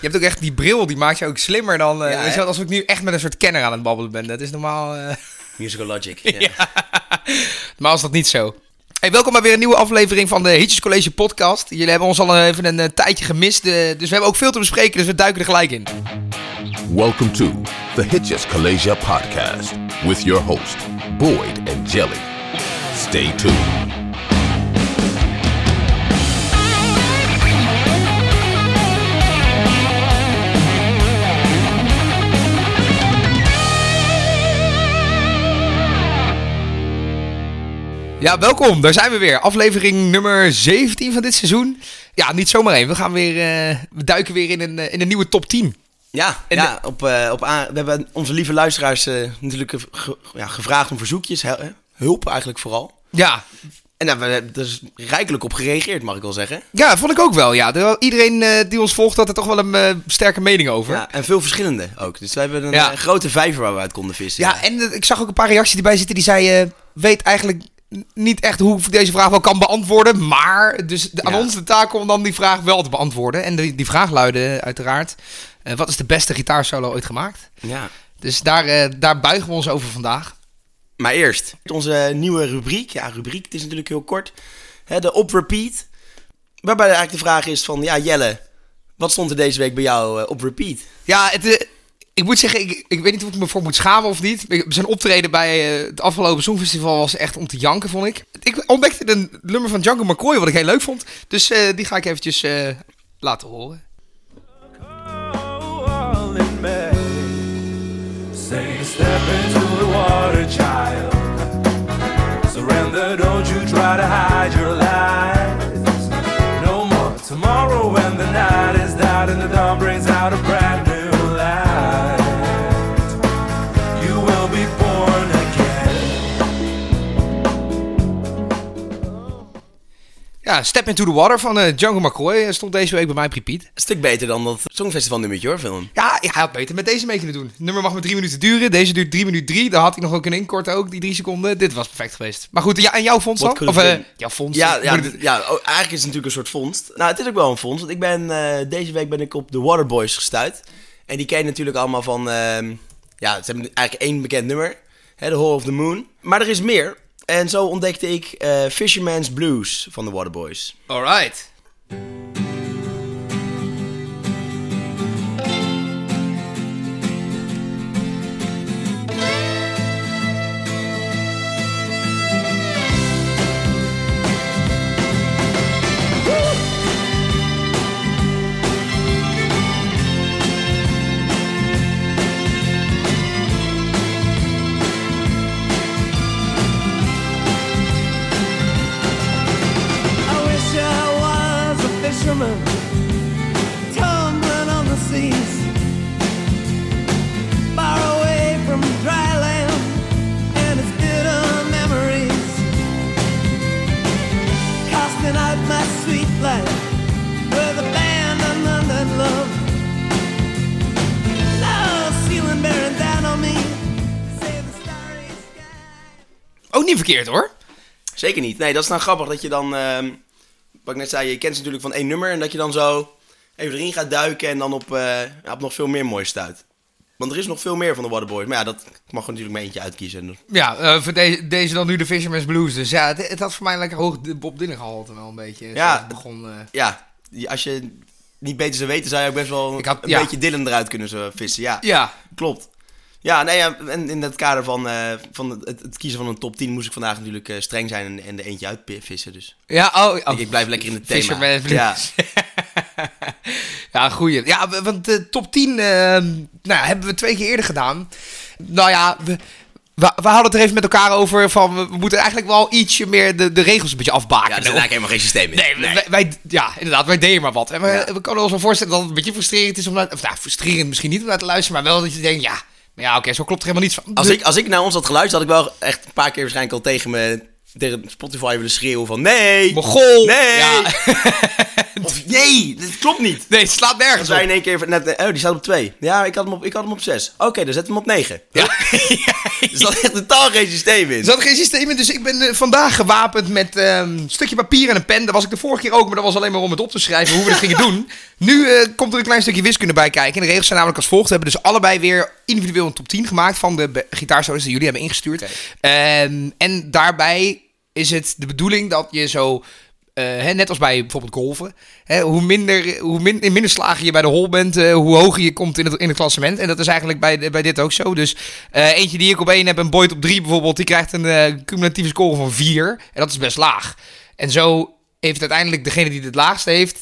Je hebt ook echt die bril, die maakt je ook slimmer dan... eh, Ja, weet je hè? wel, alsof ik nu echt met een soort kenner aan het babbelen ben. Dat is normaal... eh, Musical Logic. Ja. Maar als dat niet zo. Hey, welkom bij weer een nieuwe aflevering van de Hitches College podcast. Jullie hebben ons al even een eh, tijdje gemist, eh, dus we hebben ook veel te bespreken, dus we duiken er gelijk in. Welcome to the Hitches Collegia podcast with your host, Boyd and Jelly. Stay tuned. Ja, welkom, daar zijn we weer. Aflevering nummer 17 van dit seizoen. Ja, niet zomaar één. We gaan weer, eh, we duiken weer in een, eh, in een nieuwe top 10. Ja, En ja op, eh, op aan- we hebben onze lieve luisteraars eh, natuurlijk ge- ge- ja, gevraagd om verzoekjes, hel- eh, hulp eigenlijk vooral. Ja, En daar hebben we er is rijkelijk op gereageerd, mag ik wel zeggen. ja vond ik ook wel. Ja. Er- Iedereen eh, die ons volgt had er toch wel een eh, sterke mening over. Ja, en veel verschillende ook. Dus we hebben een Ja. eh, grote vijver waar we uit konden vissen. Ja, en eh, ik zag ook een paar reacties die bij zitten die zei... eh, weet eigenlijk n- niet echt hoe ik deze vraag wel kan beantwoorden, maar... Dus de- aan Ja. ons de taak om dan die vraag wel te beantwoorden. En die, die vraag luidde uiteraard... eh, wat is de beste gitaarsolo ooit gemaakt? ja. Dus daar, eh, daar buigen we ons over vandaag. Maar eerst, onze nieuwe rubriek. Ja, rubriek, het is natuurlijk heel kort. Hè, de op repeat. Waarbij eigenlijk de vraag is van, ja Jelle, wat stond er deze week bij jou eh, op repeat? Ja, het, eh, ik moet zeggen, ik, ik weet niet of ik me voor moet schamen of niet. Ik- Zijn optreden bij eh, het afgelopen Songfestival was echt om te janken, vond ik. Ik ontdekte een nummer van Django McCoy, wat ik heel leuk vond. Dus eh, die ga ik eventjes eh, laten horen. Oh, all in May. Say, step into the water, child. Surrender, don't you try to hide your lies. No more tomorrow when the night is out and the dawn brings out a brand new light. You will be born again. Ja, Step Into The Water van eh, Django McCoy eh, stond deze week bij mij op repeat. Een stuk beter dan dat Songfestival nummertje hoor, film. Ja, ja, hij had beter met deze mee kunnen doen. Het nummer mag maar drie minuten duren. Deze duurt drie minuten drie. Daar had ik nog ook een inkort ook, die drie seconden. Dit was perfect geweest. Maar goed, ja, en jouw fonds Wat dan? could Of have eh, been. jouw fonds? Ja, Ik ja, moet d- het- ja, oh, eigenlijk is het natuurlijk een soort vondst. Nou, het is ook wel een vondst. Want ik ben, eh, deze week ben ik op de Waterboys gestuurd. En die ken je natuurlijk allemaal van... ehm, ja, ze hebben eigenlijk één bekend nummer. Hè, the Hall of the Moon. Maar er is meer. En zo ontdekte ik eh, Fisherman's Blues van de Waterboys. Alright. I wish I was a fisherman tumbling on the seas, far away from dry land and its bitter memories, casting out my sweet life with abandonment and love. Love ceiling bearing down on me, save the starry sky. Ook niet verkeerd hoor. Zeker niet. Nee, dat is nou grappig dat je dan... ehm, wat ik net zei, je kent ze natuurlijk van één nummer. En dat je dan zo even erin gaat duiken en dan op, eh, ja, op nog veel meer moois stuit. Want er is nog veel meer van de Waterboys. Maar ja, dat ik mag er natuurlijk maar eentje uitkiezen. Ja, eh, voor de- deze dan nu de Fisherman's Blues. Dus ja, het, het had voor mij lekker hoog de Bob Dylan gehalte wel een beetje. Ja. Zoals het begon, eh. ja, die- als je niet beter zou weten, zou je ook best wel Ik had- een ja. beetje Dylan eruit kunnen zo vissen. Ja, ja. klopt. Ja, nee, ja, en in het kader van, eh, van het, het kiezen van een top 10 moest ik vandaag natuurlijk eh, streng zijn en, en de eentje uitvissen. Dus Ja, oh, oh. ik, ik blijf lekker in het thema. Fisherman's Ja, Blues. ja, goeie. Ja, w- want de top 10 ehm, nou, ja, hebben we twee keer eerder gedaan. Nou ja, we, we, we hadden het er even met elkaar over van... we- we moeten eigenlijk wel ietsje meer de, de regels een beetje afbaken. ja er zit eigenlijk helemaal geen systeem in. Nee, Wij, wij- ja, inderdaad, wij deden maar wat. En we, Ja. we kunnen ons wel voorstellen dat het een beetje frustrerend is om naar... Of nou, frustrerend misschien niet om naar te luisteren, maar wel dat je denkt, ja... Nou ja, oké, zo klopt er helemaal niets van. Als Dus- ik, als ik naar ons had geluisterd, had ik wel echt een paar keer waarschijnlijk al tegen me tegen Spotify willen schreeuwen van nee, Mogol! nee. Ja. Of, nee, dit klopt niet. Nee, het slaat nergens Als wij in op. één keer net, oh, die staat op twee. Ja, ik had hem op, ik had hem op zes. Oké, dan zet hem op negen. Ja. Er zat echt totaal geen systeem in. Er zat geen systeem in, dus ik ben eh, vandaag gewapend met ehm, een stukje papier en een pen. Dat was ik de vorige keer ook, maar dat was alleen maar om het op te schrijven hoe we dat gingen doen. Nu eh, komt er een klein stukje wiskunde bij kijken. En de regels zijn namelijk als volgt. We hebben dus allebei weer individueel een top 10 gemaakt van de be- gitaarsolos die jullie hebben ingestuurd. Ehm, en daarbij is het de bedoeling dat je zo... eh, hè, net als bij bijvoorbeeld golven. Hè, hoe minder, hoe min, in minder slagen je bij de hol bent, eh, hoe hoger je komt in het, in het klassement. En dat is eigenlijk bij, de- bij dit ook zo. Dus eh, eentje die ik op één heb en Boyd op drie bijvoorbeeld, die krijgt een eh, cumulatieve score van vier. En dat is best laag. En zo heeft uiteindelijk degene die het laagste heeft,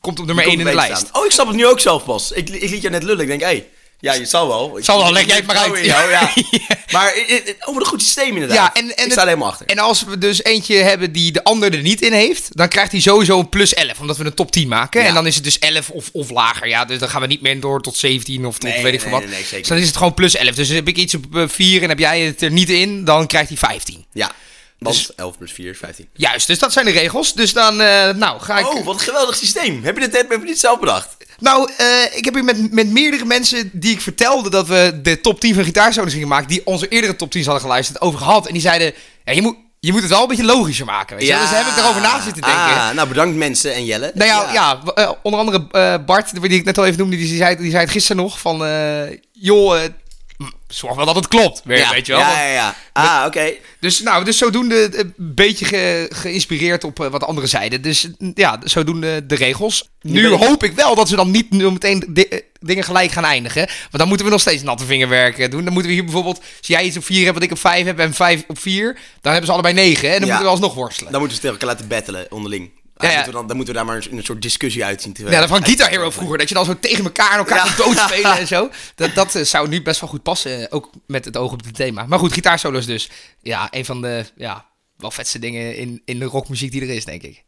komt op nummer Komt één in de een beetje lijst. staan. Oh, ik snap het nu ook zelf pas. Ik, ik liet jou net lullen. Ik denk, hé, hey, ja, je zal wel. Ik- Zal wel, leg jij het maar ik- ik- uit. ik- jou, ja. Ja. Maar eh, eh, oh, wat een goed systeem inderdaad. Ja, en, en ik het- sta er helemaal achter. En als we dus eentje hebben die de ander er niet in heeft, dan krijgt hij sowieso een plus 11, omdat we een top 10 maken. Ja. En dan is het dus 11 of, of lager. Ja, dus dan gaan we niet meer door tot 17 of tot Nee, weet ik nee, veel wat. nee, nee, zeker dus dan is het gewoon plus 11. Dus heb ik iets op 4 en heb jij het er niet in, dan krijgt hij 15. ja, want Dus- 11 plus 4 is 15. Juist, dus dat zijn de regels. Dus dan, eh, nou, ga ik... Oh, wat een geweldig systeem. Heb je dit, heb je dit zelf bedacht? Nou, eh, ik heb hier met, met meerdere mensen die ik vertelde dat we de top 10 van gitaarsolos gingen maken, die onze eerdere top 10's hadden geluisterd, over gehad. En die zeiden, ja, je, moet, je moet het wel een beetje logischer maken. Weet je? wel? Dus daar heb ik erover na zitten denken. Ah, nou, bedankt mensen en Jelle. Nou ja, ja. w- eh, onder andere eh, Bart, die ik net al even noemde, die zei, die zei het gisteren nog van... eh, joh, eh, m, zorg wel dat het klopt, weer, Ja, weet je wel. Ja, ja, ja. Ah, oké. Dus, nou, dus zodoende eh, een beetje ge- geïnspireerd op eh, wat anderen zeiden. Dus mm, ja, zodoende de regels. Nu ben ik- hoop ik wel dat ze dan niet nu meteen di- eh, dingen gelijk gaan eindigen. Want dan moeten we nog steeds natte vingerwerken doen. Dan moeten we hier bijvoorbeeld, als jij iets op 4 hebt wat ik op 5 heb en 5 op 4, dan hebben ze allebei 9. En dan Ja. moeten we alsnog worstelen. Dan moeten we het tegen elkaar laten battelen onderling. Ah, Ja, ja. Moeten we dan, dan moeten we daar maar een, een soort discussie uit zien te Ja, dat van Guitar Hero vroeger. Dat je dan zo tegen elkaar en elkaar Ja. ja. doodspelen en zo. Dat, dat eh, zou nu best wel goed passen. eh, Ook met het oog op het thema. Maar goed, gitaarsolo's dus. Ja, een van de ja, wel vetste dingen in, in de rockmuziek die er is, denk ik.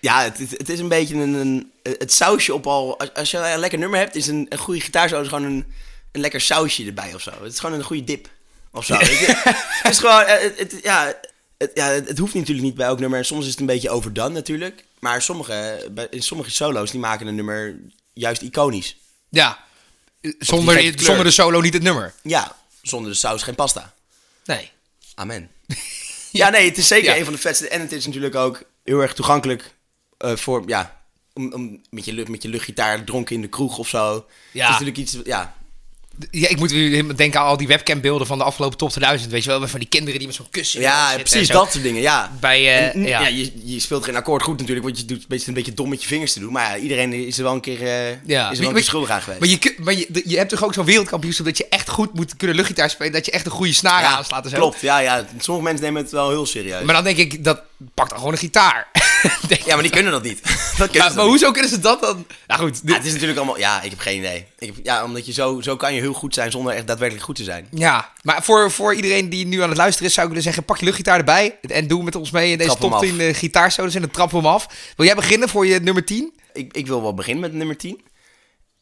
Ja, het, het, het is een beetje een, een, het sausje op al. Als, als je een lekker nummer hebt, is een, een goede gitaarsolo gewoon een, een lekker sausje erbij of zo. Het is gewoon een goede dip of zo. weet je. het is gewoon, eh, het, het- ja, het, ja, het, het hoeft natuurlijk niet bij elk nummer. En soms is het een beetje overdone natuurlijk. Maar sommige, bij, in sommige solo's die maken een nummer juist iconisch. Ja. Eh, die Zonder, gekke kleur. zonder de solo niet het nummer. Ja, zonder de saus geen pasta. Nee. Amen. ja, nee, het is zeker Ja. een van de vetste. En het is natuurlijk ook heel erg toegankelijk eh, voor, ja, om, om, met, je, lu- met je luchtgitaar dronken in de kroeg of zo. Het is natuurlijk iets, ja. Ja, ik moet weer helemaal denken aan al die webcambeelden van de afgelopen top 2000. Weet je wel, van die kinderen die met zo'n kussen. Ja, zitten en precies, zo. dat soort dingen, ja. Bij, eh, En, ja. ja. je, je speelt geen akkoord goed natuurlijk, want je doet een beetje, een beetje dom met je vingers te doen. Maar ja, iedereen is er wel een keer, Ja. eh, is er Maar- wel een maar- keer schuldig aan geweest. Maar, je, kun- maar je, je hebt toch ook zo'n wereldkampioenschap dat je echt goed moet kunnen luchtgitaar spelen. Dat je echt een goede snaar ja, aanslaat en zo. klopt, ja, ja. Sommige mensen nemen het wel heel serieus. Maar dan denk ik, dat pakt dan gewoon een gitaar. Denk ja, maar die kunnen dat niet. dat kunnen ze Maar, dan maar niet. hoezo kunnen ze dat dan? Nou goed. dit- Ja, het is natuurlijk allemaal... Ja, ik heb geen idee. Ik heb, ja, omdat je zo, zo kan je heel goed zijn zonder echt daadwerkelijk goed te zijn. ja, maar voor, voor iedereen die nu aan het luisteren is, zou ik willen zeggen: pak je luchtgitaar erbij en doe met ons mee in deze Trap hem top af. 10 gitaarsolos en dan trappen we hem af. Wil jij beginnen voor je nummer 10? Ik, ik wil wel beginnen met nummer 10.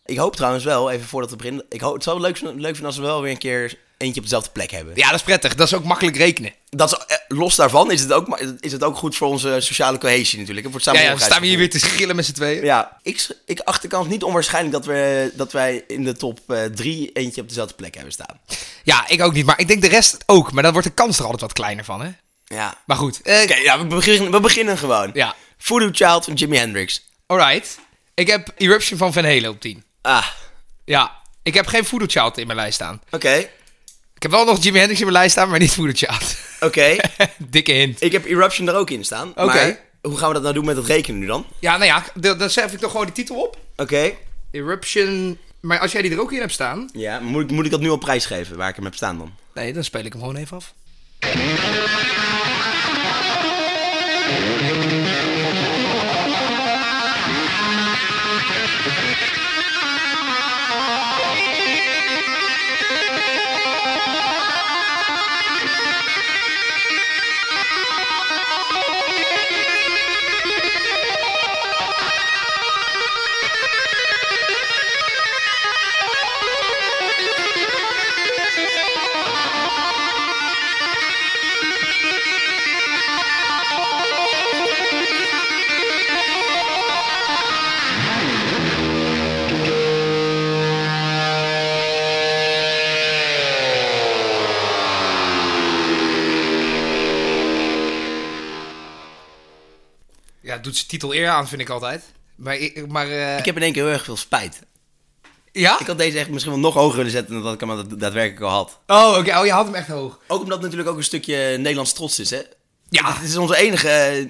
Ik hoop trouwens wel, even voordat we beginnen... Ik hoop, het zou leuk, zijn- leuk vinden als we wel weer een keer eentje op dezelfde plek hebben. Ja, dat is prettig. Dat is ook makkelijk rekenen. Dat is, eh, los daarvan is het, ook, ma- is het ook goed voor onze sociale cohesie natuurlijk. en Voor het Ja, ja, dan samenhorigheidsgevoel. staan we hier weer te schillen met z'n tweeën. Ja, ik, sch- ik acht de kans niet onwaarschijnlijk dat, we, dat wij in de top 3 eentje op dezelfde plek hebben staan. Ja, ik ook niet. Maar ik denk de rest ook. Maar dan wordt de kans er altijd wat kleiner van, hè? Ja. Maar goed. eh, Oké, ja, we, beginnen, we beginnen gewoon. Ja. Voodoo Child van Jimi Hendrix. Alright. Ik heb Eruption van Van Halen op 10. Ah, Ja. Ik heb geen Voodoo Child in mijn lijst staan. oké. Ik heb wel nog Jimi Hendrix in mijn lijst staan, maar niet Voodoo Child. Oké. Dikke hint. Ik heb Eruption er ook in staan. Oké. Hoe gaan we dat nou doen met dat rekenen nu dan? Ja, nou ja, d- dan schrijf ik toch gewoon de titel op. Oké. Eruption. Maar als jij die er ook in hebt staan, Ja, maar moet ik, moet ik dat nu op prijs geven waar ik hem heb staan dan? nee, dan speel ik hem gewoon even af. Thank you. ja, doet zijn titel eer aan, vind ik altijd. Maar, ik- maar eh, Ik heb in één keer heel erg veel spijt. ja? Ik had deze echt misschien wel nog hoger willen zetten dan dat ik hem daad- daadwerkelijk al had. Oh, oké. Oh, je had hem echt hoog. Ook omdat het natuurlijk ook een stukje Nederlands trots is, hè? Ja. Het is onze enige eh,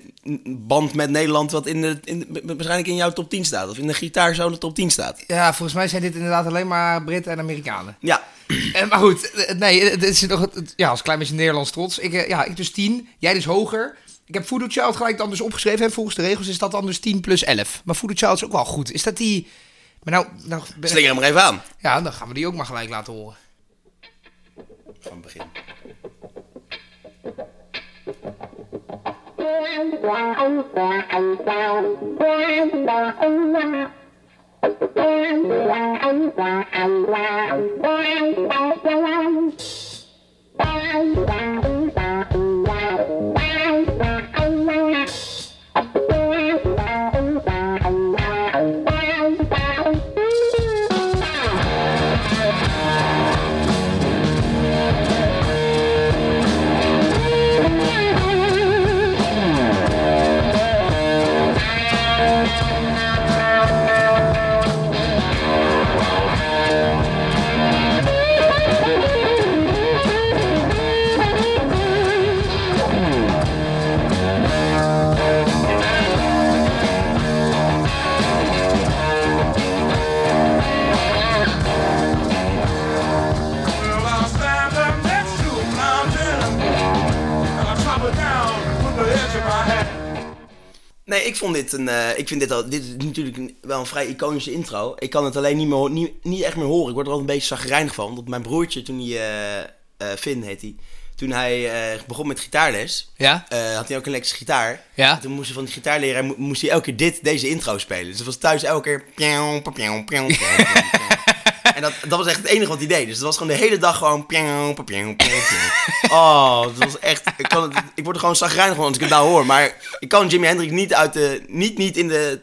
band met Nederland wat in de, in, de- waarschijnlijk in jouw top 10 staat. Of in de gitaarzone top 10 staat. Ja, volgens mij zijn dit inderdaad alleen maar Britten en Amerikanen. Ja, Eh, maar goed, eh, nee, het is nog het- ja, als klein beetje Nederlands trots. Ik, eh, ja, ik dus 10, jij dus hoger. Ik heb Voodoo Child gelijk dan dus opgeschreven. En volgens de regels is dat dan dus 10 plus 11. Maar Voodoo Child is ook wel goed. Is dat die... Maar nou, nou ben- slinger hem maar even aan. ja, dan gaan we die ook maar gelijk laten horen. Van het begin. Thank you. Well, I'll stand up next to a mountain, and I'll chop it down with the edge of my hand. Nee, ik vond dit een. eh, ik vind dit al. Dit is natuurlijk een- wel een vrij iconische intro. Ik kan het alleen niet, meer, ho- niet, niet echt meer horen. Ik word er wel een beetje zagrijnig van. Want mijn broertje, toen hij. eh, eh, Finn heet hij. Toen hij eh, begon met gitaarles. Ja? eh, had hij ook een elektrische gitaar. Ja. En Toen moest hij van die gitaarleraar mo- moest hij elke keer dit, deze intro spelen. Dus het was thuis elke keer. piauw, piauw, piauw, piauw, piauw, piauw. En dat, dat was echt het enige wat hij deed. Dus het was gewoon de hele dag gewoon. piauw, piauw, piauw, piauw. Oh, het was echt. Ik, kan het- ik word er gewoon zagrijnig van als ik het nou hoor. Maar ik kan Jimi Hendrix niet uit de. Niet, niet in de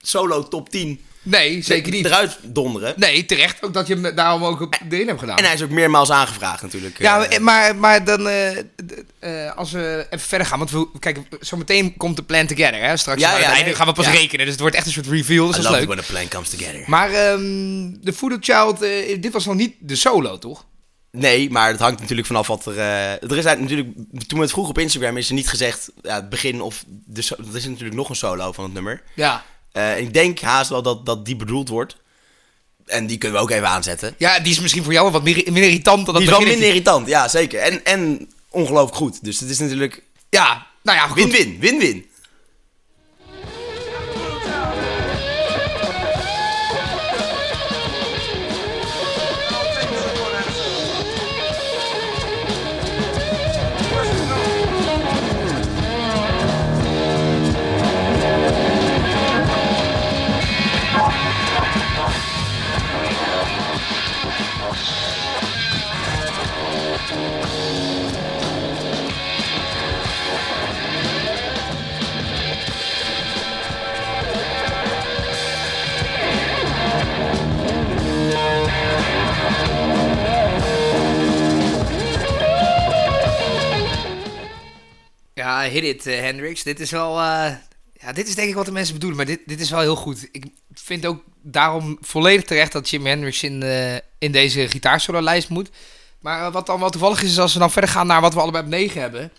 solo top 10 Nee, zeker niet. eruit donderen. Nee, terecht ook dat je hem daarom ook op de in hebt gedaan. En hij is ook meermaals aangevraagd natuurlijk. Ja, Eh, maar, maar dan eh, d- eh, als we even verder gaan, want we, kijk, zometeen komt de plan together, hè? Straks Ja, aan het ja, einde nee, gaan we pas ja. rekenen, dus het wordt echt een soort reveal, dus dat I is love it leuk. when a plan comes together. Maar ehm, de Voodoo Child, eh, dit was nog niet de solo, toch? Nee, maar het hangt natuurlijk vanaf wat er. eh, er is eigenlijk natuurlijk. Toen we het vroeg op Instagram is er niet gezegd. Ja, het begin of. De, so- er is natuurlijk nog een solo van het nummer. Ja. Eh, en ik denk haast wel dat, dat die bedoeld wordt. En die kunnen we ook even aanzetten. Ja, die is misschien voor jou wel wat meer, minder irritant dan dat die is wel beginnetje. minder irritant, ja zeker. En, en ongelooflijk goed. Dus het is natuurlijk. Ja, nou ja, goed. Win-win, win-win. Ja, hit it, eh, Hendrix. Dit is wel... eh, ja, dit is denk ik wat de mensen bedoelen, maar dit, dit is wel heel goed. Ik vind ook daarom volledig terecht dat Jim Hendrix in, eh, in deze gitaarsolo-lijst moet. Maar eh, wat dan wel toevallig is, is als we dan verder gaan naar wat we allebei op 9 hebben.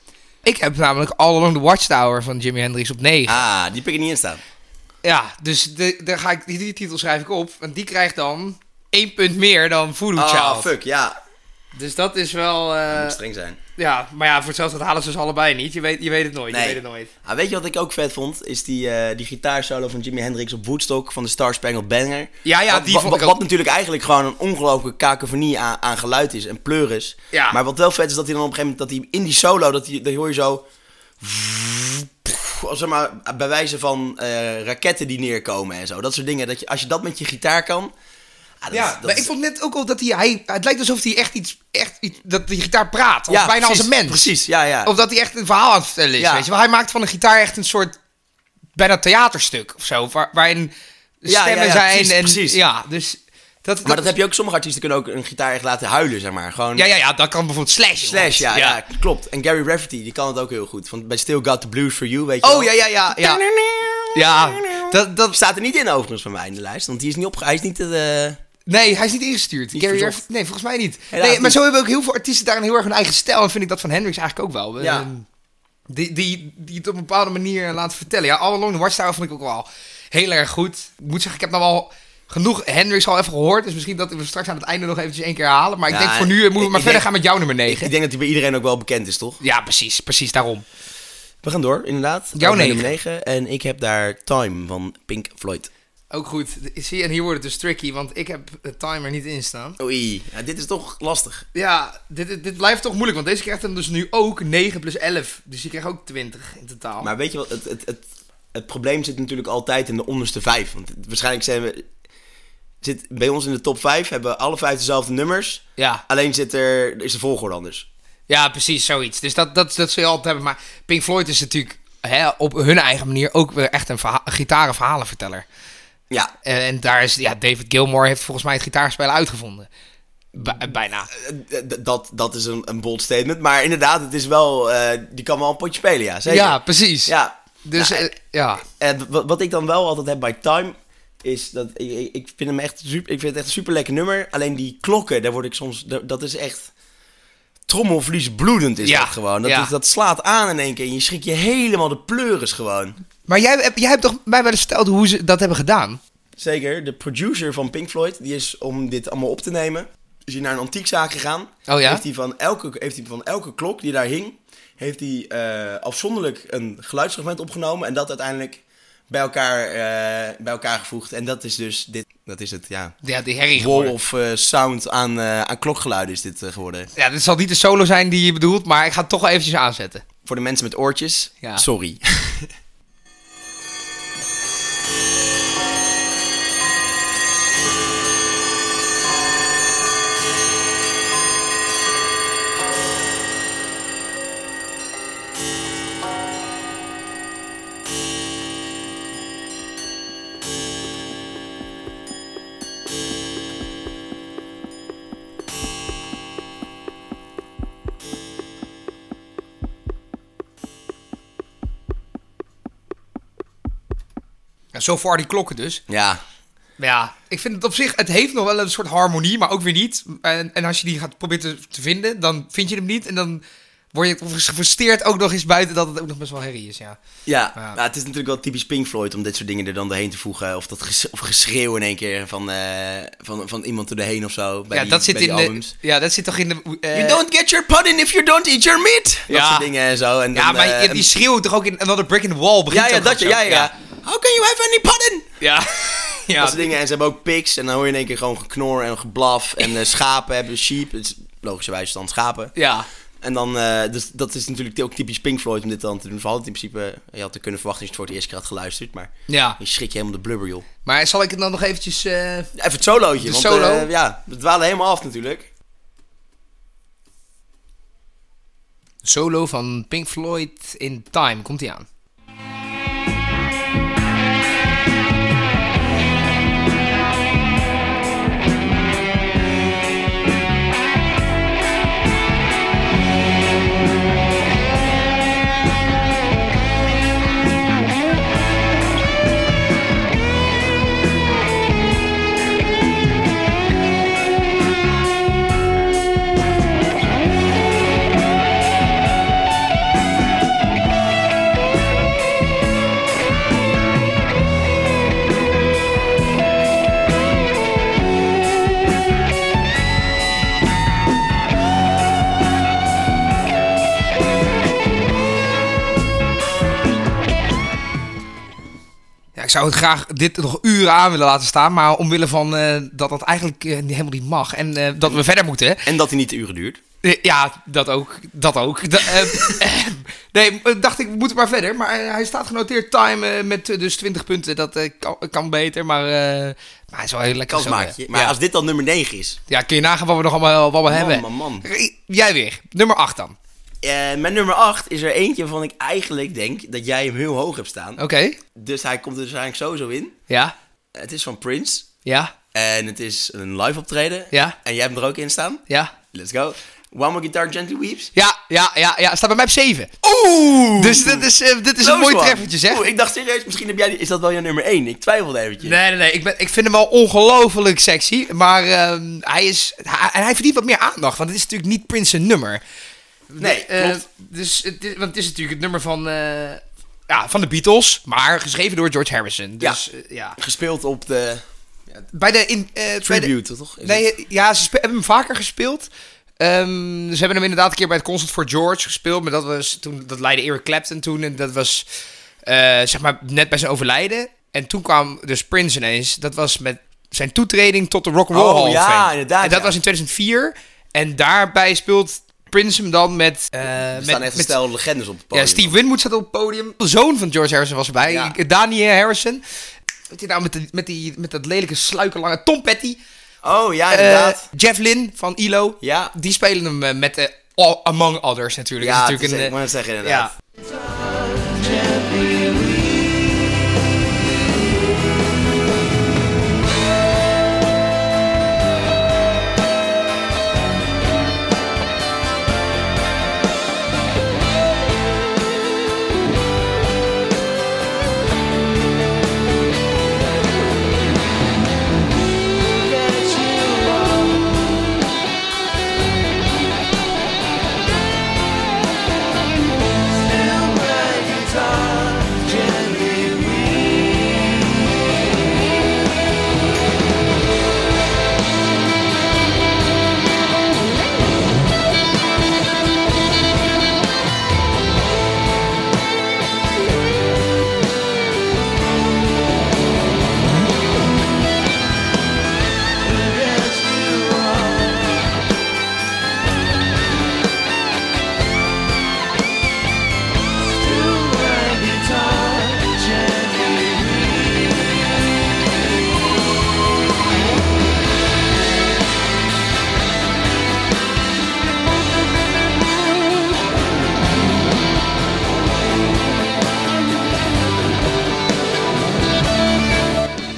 Ik heb namelijk All Along the Watchtower van Jimi Hendrix op 9. Ah, die pik er niet in staan. Ja, dus de, daar ga ik, die, die titel schrijf ik op. En die krijgt dan één punt meer dan Voodoo Ah, Child. fuck, ja. Dus dat is wel... eh, Moet streng zijn. ja, maar ja, voor hetzelfde geld halen ze dus allebei niet. Je weet, je weet het nooit, je weet het nooit. Ah, weet je wat ik ook vet vond? Is die, eh die gitaarsolo van Jimi Hendrix op Woodstock van de Star Spangled Banner. Ja, ja, Wat- die wat, vond ik wat- ook- wat natuurlijk eigenlijk gewoon een ongelooflijke kakofonie aan, aan geluid is en pleur is. Ja. Maar wat wel vet is dat hij dan op een gegeven moment, dat hij in die solo, dat hij, dat hoor je zo... Zeg maar, bij wijze van eh, raketten die neerkomen en zo. Dat soort dingen. Dat je, als je dat met je gitaar kan... ah, dat Ja, is- dat maar is- ik vond net ook al dat hij, hij... Het lijkt alsof hij echt iets... Echt iets dat die gitaar praat. Of Ja, bijna precies, als een mens. Precies, ja, ja. Of dat hij echt een verhaal aan het vertellen is. Ja. Weet je? wel. Hij maakt van een gitaar echt een soort... Bijna theaterstuk of zo. Waar, waarin ja, stemmen ja, zijn. precies, en, precies. Ja, dus... Dat, Maar dat heb je ook, sommige artiesten kunnen ook een gitaar echt laten huilen, zeg maar. Gewoon Ja, ja, ja, dat kan bijvoorbeeld Slash. slash, ja, ja. ja. klopt. En Gary Rafferty, die kan het ook heel goed. Want bij Still Got The Blues For You, weet je wel. Oh, ja, ja, ja. Ja, ja dat, dat, Staat er niet in overigens van mij in de lijst, want die is niet op, hij is niet... eh, Nee, hij is niet ingestuurd. Niet Gary verzocht. Rafferty- nee, volgens mij niet. Helaas Nee, maar niet. zo hebben ook heel veel artiesten daarin heel erg hun eigen stijl. En vind ik dat van Hendrix eigenlijk ook wel. Ja. Ehm, die, die, die het op een bepaalde manier laten vertellen. Ja, All Along the Watchtower vond ik ook wel heel erg goed. Ik moet zeggen, ik heb nou wel genoeg Hendrix al even gehoord. Dus misschien dat we straks aan het einde nog eventjes één keer halen. Maar ik Ja, denk voor nu eh, moeten we ik- maar ik verder denk- gaan met jouw nummer ik, 9. ik denk dat die bij iedereen ook wel bekend is, toch? Ja, precies. Precies daarom. We gaan door, inderdaad. Jouw Op mijn negen. nummer negen. En ik heb daar Time van Pink Floyd. Ook goed. Zie je, en hier wordt het dus tricky, want ik heb de timer niet in staan. Oei, ja, dit is toch lastig. Ja, dit, dit, dit blijft toch moeilijk, want deze krijgt hem dus nu ook 9 plus 11. Dus je krijgt ook 20 in totaal. Maar weet je wat, het, het, het, het probleem zit natuurlijk altijd in de onderste vijf. Want het- waarschijnlijk zijn we... Zit bij ons in de top vijf, hebben alle vijf dezelfde nummers. Ja, Alleen zit er, is de volgorde anders. ja, precies, zoiets. Dus dat, dat, dat zul je altijd hebben. Maar Pink Floyd is natuurlijk hè, op hun eigen manier ook weer echt een, verha- een gitarenverhalenverteller. Ja, En, en daar is, ja, David Gilmore heeft volgens mij het gitaarspelen uitgevonden. Bij- bijna. eh, d- dat, dat is een, een bold statement. Maar inderdaad, het is wel, eh, die kan wel een potje spelen, ja. Zeker. Ja, precies. Ja. Dus Nou, eh, ja. Eh, wa- wat ik dan wel altijd heb bij Time is dat ik- ik, ik vind hem echt super, ik vind het echt een super lekker nummer. Alleen die klokken, daar word ik soms, da- dat is echt trommelvliesbloedend is Ja, dat gewoon. Dat, ja. is- dat slaat aan in één keer en je schrik je helemaal de pleuris gewoon. Maar jij, hebt- jij hebt toch mij wel eens verteld hoe ze dat hebben gedaan? Zeker, de producer van Pink Floyd, die is om dit allemaal op te nemen, is hij naar een antiekzaak gegaan. Oh ja? Heeft hij van elke, heeft hij van elke klok die daar hing, heeft hij eh, afzonderlijk een geluidsfragment opgenomen en dat uiteindelijk bij elkaar, eh, bij elkaar gevoegd. En dat is dus dit, dat is het, ja. Ja, die herrie Wall geworden. of eh, sound aan, eh, aan klokgeluiden is dit eh, geworden. Ja, dit zal niet de solo zijn die je bedoelt, maar ik ga het toch wel eventjes aanzetten. Voor de mensen met oortjes, Ja. sorry. Ja, zo far die klokken dus. ja, Ja, ik vind het op zich, het heeft nog wel een soort harmonie, maar ook weer niet. En, en als je die gaat proberen te, te vinden, dan vind je hem niet. En dan word je gefrustreerd ook nog eens buiten dat het ook nog best wel herrie is, ja. Ja, Ja. nou, het is natuurlijk wel typisch Pink Floyd om dit soort dingen er dan doorheen te voegen. Of dat ges- of geschreeuw in één keer van, eh, van, van iemand er doorheen of zo. Bij ja, die, dat zit bij die in de, albums. ja, dat zit toch in de... eh, you don't get your pudding if you don't eat your meat. Dat Ja. soort dingen en zo. En ja, dan, maar eh, je- die schreeuwt toch ook in Another Brick in the Wall? begint ja, ja, ook dat, ja, gewoon ja, zo. ja, How can you have any pudding? Ja, ja. Dat soort dingen. En ze hebben ook pigs. En dan hoor je in één keer gewoon geknor en geblaf. En eh, schapen hebben sheep. Het is logischerwijs dan schapen. ja. En dan, eh, dus dat is natuurlijk ook typisch Pink Floyd om dit dan te doen. Vooral in principe, je had er kunnen verwachten als je het voor het eerst keer had geluisterd. Maar Ja. je schrik je helemaal de blubber, joh. Maar zal ik het dan nog eventjes... eh, Even het solootje. De want, solo? eh, ja, we dwalen helemaal af natuurlijk. solo van Pink Floyd in Time, komt die aan. Ja, ik zou het graag dit nog uren aan willen laten staan, maar omwille van eh, dat dat eigenlijk eh, niet- helemaal niet mag. En eh, dat we verder moeten, hè. En dat hij niet de uren duurt. Eh, Ja, dat ook. Dat ook. Da- eh, eh, nee, eh, dacht ik, we moeten maar verder. Maar eh, hij staat genoteerd time eh, met eh, dus 20 punten. Dat eh, kan, kan beter, maar, eh, maar hij is wel heel lekker Kans zo. maak je. eh. Maar ja. als dit dan nummer 9 is. ja, kun je nagaan wat we nog allemaal, wat we hebben. man, man. Eh, Jij weer. Nummer 8 dan. Eh, mijn nummer 8 is er eentje waarvan ik eigenlijk denk dat jij hem heel hoog hebt staan. Oké. Dus hij komt er dus eigenlijk sowieso in. Ja. Het is van Prince. Ja. En het is een live optreden. Ja. En jij hebt hem er ook in staan. Ja. Let's go. One More Guitar Gently Weeps. Ja, ja, ja, ja. Staat bij mij op 7. Oeh! Dus dit is, eh, dit is een mooi treffertje, zeg. Oeh, ik dacht serieus, misschien heb jij die, is dat wel jouw nummer 1? Ik twijfelde eventjes. Nee, nee, nee. Ik, ben, ik vind hem al ongelooflijk sexy. Maar ehm, hij is... Hij, en hij verdient wat meer aandacht. Want het is natuurlijk niet Prince een nummer. Nee, Eh, klopt. dus, het is- want het is natuurlijk het nummer van... eh, ja, van de Beatles. Maar geschreven door George Harrison. Dus Ja. eh, ja. Gespeeld op de Bij de... In, eh, bij de- tribute, toch? Is het? Nee, ja, ze spe- hebben hem vaker gespeeld. Ehm, ze hebben hem inderdaad een keer bij het Concert for George gespeeld. Maar dat, was toen, dat leidde Eric Clapton toen. En dat was eh, zeg maar net bij zijn overlijden. En toen kwam dus Prince ineens. Dat was met zijn toetreding tot de Rock'n'Roll Oh, Hall of ja, Fame. inderdaad, En dat ja. was in 2004. En daarbij speelt Prince hem dan met... eh, Er met, staan echt een met- stel legendes op het ja, podium. Steve Winwood zat op het podium. De zoon van George Harrison was erbij. Ja. Ik- Daniel Harrison. Wat je nou met, die- met, die, met dat lelijke sluikerlange Tom Petty. Oh ja, Eh, inderdaad. Jeff Lynn van ILO. Ja. Die spelen hem eh, met eh, All- Among Others natuurlijk. ja, Is het is, natuurlijk ik eh, moet het zeggen inderdaad. ja.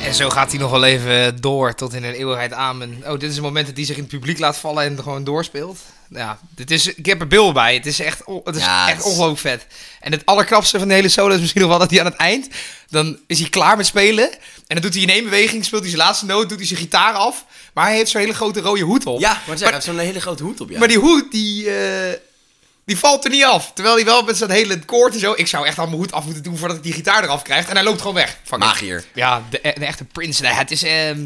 En zo gaat hij nog wel even door tot in een eeuwigheid amen. Oh, dit is een moment dat hij zich in het publiek laat vallen en gewoon doorspeelt. Ja, dit is, ik heb er beeld bij. Het is echt, on- het is Ja, echt het is- ongelooflijk vet. En het allerknapste van de hele solo is misschien nog wel dat hij aan het eind... Dan is hij klaar met spelen. En dan doet hij in één beweging, speelt hij zijn laatste noot, doet hij zijn gitaar af. Maar hij heeft zo'n hele grote rode hoed op. Ja, maar zeggen, hij heeft zo'n hele grote hoed op. Ja. Maar die hoed, die, eh, die valt er niet af. Terwijl hij wel met zijn hele koord en zo... Ik zou echt al mijn hoed af moeten doen voordat ik die gitaar eraf krijg. En hij loopt gewoon weg. Fuck it. Magier. Ja, de, e- de echte prins. Nee, het is, ehm,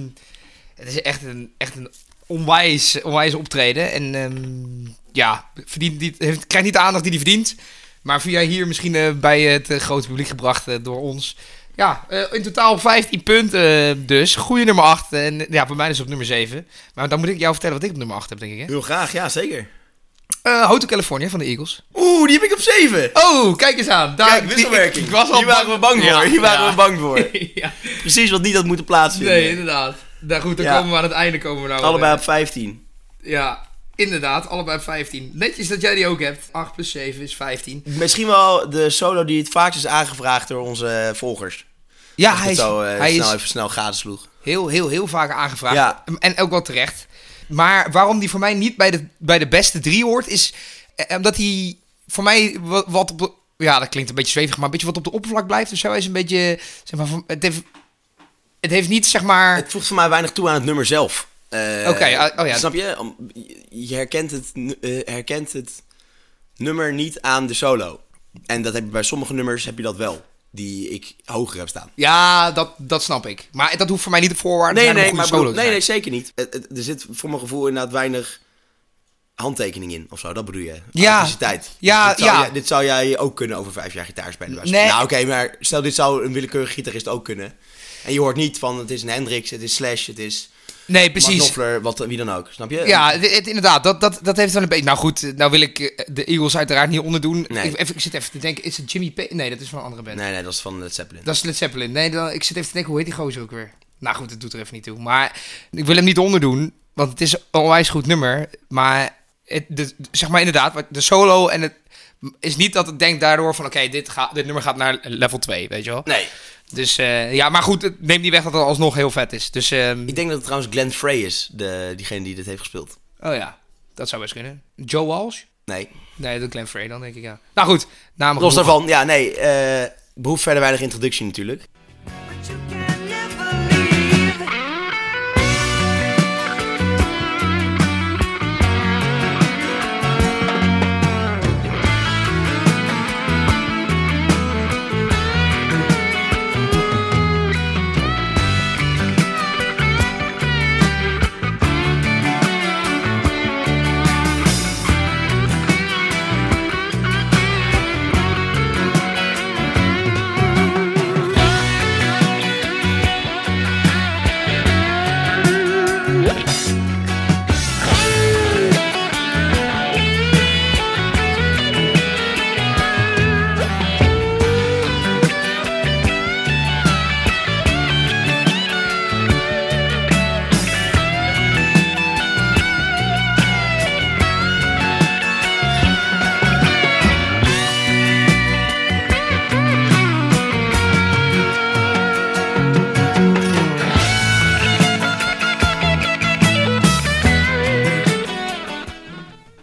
het is echt een, echt een onwijs, onwijs optreden. En ehm, ja, verdient, niet- heeft, krijgt niet de aandacht die hij verdient. Maar via hier misschien eh, bij het eh, grote publiek gebracht eh, door ons. Ja, eh, in totaal 15 punten eh, dus. Goede nummer 8. En ja, bij mij is het op nummer 7. Maar dan moet ik jou vertellen wat ik op nummer 8 heb, denk ik. Hè? Heel graag, ja zeker. Eh, Hotel California van de Eagles. Oeh, die heb ik op 7. Oh, kijk eens aan. Daar, Kijk, wisselwerking. Ik, ik was al Hier waren we bang voor. Ja, Hier waren ja. we bang voor. ja. Precies wat niet had moeten plaatsvinden. Nee, inderdaad. Nou goed, dan Ja. komen we aan het einde. Komen we nou wel Allebei weer. op 15. Ja, inderdaad. Allebei op 15. Netjes dat jij die ook hebt. 8 plus 7 is 15. Misschien wel de solo die het vaakst is aangevraagd door onze volgers. Ja, Als ik hij het is, zo eh, hij snel is even snel gadesloeg. heel, heel, heel vaak aangevraagd. Ja. En ook wel terecht. Maar waarom die voor mij niet bij de, bij de beste drie hoort, is eh, omdat hij voor mij wat, wat op de- Ja, dat klinkt een beetje zwevig, maar een beetje wat op de oppervlak blijft of zo. Hij is een beetje... Zeg maar, van- het, heeft, het heeft niet, zeg maar... Het voegt voor mij weinig toe aan het nummer zelf. Eh, Oké, ah, oh ja. Snap je? Om- je- Je herkent het, nu- eh, herkent het nummer niet aan de solo. En dat heb je bij sommige nummers heb je dat wel. Die ik hoger heb staan. Ja, dat, dat snap ik. Maar dat hoeft voor mij niet de voorwaarde te Nee, zijn om nee, een maar goede ik bedoel- solo te nee, nee, zijn. zeker niet. Het- het- er zit voor mijn gevoel inderdaad weinig handtekening in of zo. Dat bedoel je. Ja. Authenticiteit. Ja, dit zou, ja. jij- dit zou jij ook kunnen over vijf jaar gitaar spelen. bij wijze Nee. van- Nou, oké, maar stel dit zou een willekeurige gitarist ook kunnen. En je hoort niet van het is een Hendrix, het is Slash, het is Nee, Precies. precies. wat, wie dan ook. Snap je? Ja, het, het- inderdaad, dat, dat, dat heeft wel een beetje... Nou goed, nou wil ik eh, de Eagles uiteraard niet onderdoen. Nee. Ik, even, ik zit even te denken, is het Jimmy Page? Nee, dat is van een andere band. Nee, nee, dat is van Led Zeppelin. Dat is Led Zeppelin. Nee, dan, ik zit even te denken, hoe heet die gozer ook weer? Nou goed, het doet er even niet toe. Maar ik wil hem niet onderdoen, want het is een onwijs goed nummer. Maar, het, de- zeg maar inderdaad, wat- de solo en het... Is niet dat ik denk daardoor van, oké, dit, gaat- dit nummer gaat naar level 2, weet je wel. Nee. Dus eh, ja, maar goed, het neemt niet weg dat het alsnog heel vet is. Dus, ehm, Ik denk dat het trouwens Glenn Frey is, de, diegene die dit heeft gespeeld. oh ja, dat zou best kunnen. Joe Walsh? Nee. Nee, dat Glenn Frey dan, denk ik, ja. Nou goed, namen Los genoeg. daarvan, ja, nee. eh behoeft verder weinig introductie natuurlijk. But you can never leave.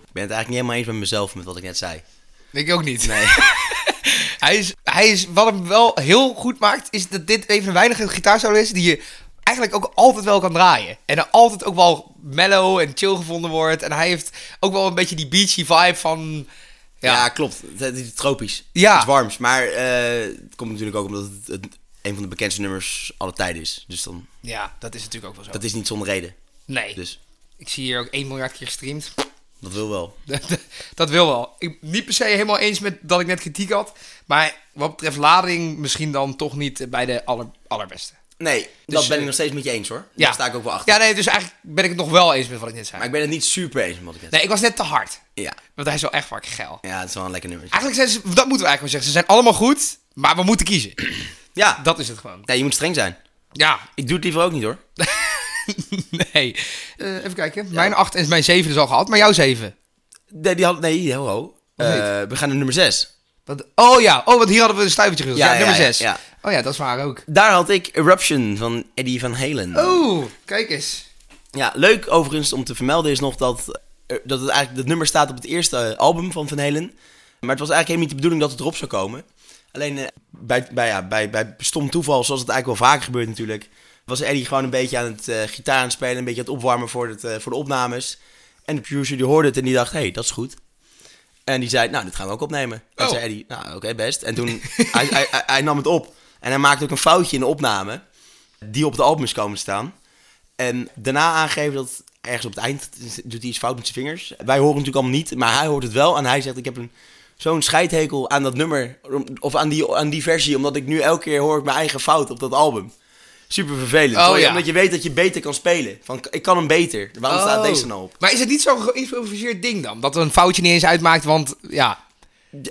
Ik ben het eigenlijk niet helemaal eens met mezelf, met wat ik net zei. Ik ook niet. Nee. hij is, hij is, wat hem wel heel goed maakt, is dat dit een van de weinige gitaarsolo's is die je eigenlijk ook altijd wel kan draaien. En er altijd ook wel mellow en chill gevonden wordt. En hij heeft ook wel een beetje die beachy vibe van... Ja, Ja, klopt. Het is tropisch. Ja. Het is warms. Maar eh, het komt natuurlijk ook omdat het, het een van de bekendste nummers alle tijden is. Dus dan, ja, dat is natuurlijk ook wel zo. dat is niet zonder reden. nee, Dus ik zie hier ook 1 miljard keer gestreamd. dat wil wel. dat wil wel. Ik, niet per se helemaal eens met dat ik net kritiek had. Maar wat betreft lading misschien dan toch niet bij de aller, allerbeste. Nee, dat Dus, ben ik eh, nog steeds met je eens hoor. Ja. Daar sta ik ook wel achter. Ja, nee, dus eigenlijk ben ik het nog wel eens met wat ik net zei. Maar ik ben het niet super eens met wat ik net Nee, ik was net te hard. zei. Ja. Want hij is wel echt fucking geil. ja, het is wel een lekker nummer. Eigenlijk zijn ze, dat moeten we eigenlijk wel zeggen. Ze zijn allemaal goed, maar we moeten kiezen. Ja, Dat is het gewoon. nee, je moet streng zijn. Ja, Ik doe het liever ook niet hoor. nee. Eh, even kijken. Mijn 8 en mijn 7 is al gehad, maar jouw 7. Nee, die had, nee ho ho. Wat heet? Eh, we gaan naar nummer 6. Wat, oh ja, oh, want hier hadden we een stuivertje gezet. Ja, Ja, ja, nummer ja, 6. ja. Oh ja, dat is waar ook. Daar had ik Eruption van Eddie Van Halen. Oeh, kijk eens. Ja, leuk overigens om te vermelden is nog dat, eh, dat het eigenlijk dat nummer staat op het eerste eh, album van Van Halen. Maar het was eigenlijk helemaal niet de bedoeling dat het erop zou komen. Alleen eh, bij, bij, ja, bij, bij stom toeval, zoals het eigenlijk wel vaker gebeurt natuurlijk, was Eddie gewoon een beetje aan het eh, gitaar aan het spelen, een beetje aan het opwarmen voor, het, eh, voor de opnames. En de producer die hoorde het en die dacht, hé, hey, dat is goed. En die zei, nou, dit gaan we ook opnemen. En Oh. zei Eddie, nou, oké, best. En toen, hij, hij, hij, hij nam het op. En hij maakte ook een foutje in de opname, die op het album is komen staan. En daarna aangeven dat ergens op het eind doet hij iets fout met zijn vingers. Wij horen het natuurlijk allemaal niet, maar hij hoort het wel. En hij zegt, ik heb een, zo'n scheidhekel aan dat nummer, of aan die, aan die versie. Omdat ik nu elke keer hoor ik mijn eigen fout op dat album. Super vervelend. Oh, hoor je? ja. Omdat je weet dat je beter kan spelen. Van, ik kan hem beter. Waarom staat Oh. deze nou op? Maar is het niet zo'n geïmproviseerd ding dan? Dat er een foutje niet eens uitmaakt, want ja.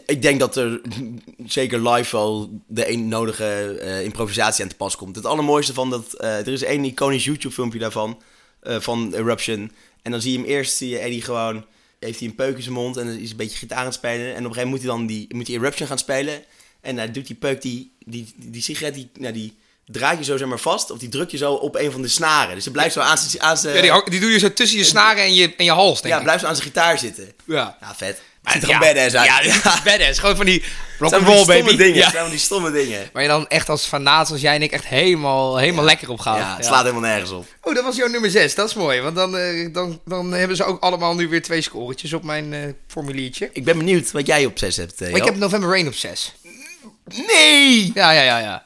Ik denk dat er zeker live wel de een nodige eh, improvisatie aan te pas komt. Het allermooiste van dat... eh, er is één iconisch YouTube filmpje daarvan, eh, van Eruption. En dan zie je hem eerst, zie je Eddie gewoon... Heeft hij een peuk in zijn mond en is een beetje gitaar aan het spelen. En op een gegeven moment moet hij dan die, moet hij Eruption gaan spelen. En hij doet die peuk, die, die, die sigaret, die, nou, die draait je zo zeg maar vast. Of die drukt je zo op een van de snaren. Dus hij blijft zo aan zijn... Aan zijn Ja, die, hang- die doe je zo tussen je snaren en je, en je hals, denk Eh. ja, ik. blijft zo aan zijn gitaar zitten. Ja. Ja, vet. Het ziet er ja. gewoon badass uit. Ja, het is badass. Gewoon van die Het zijn rock'n'roll, van die stomme baby. dingen. Ja. Het zijn van die stomme dingen. Waar je dan echt als fanaat als jij en ik echt helemaal, helemaal lekker op gaat. Ja, het slaat helemaal nergens op. Oh, dat was jouw nummer 6. Dat is mooi. Want dan, eh, dan, dan hebben ze ook allemaal nu weer twee scoretjes op mijn eh, formuliertje. Ik ben benieuwd wat jij op 6 hebt, eh, Maar ik Joop. heb November Rain op 6. Nee! Ja, ja, ja, ja.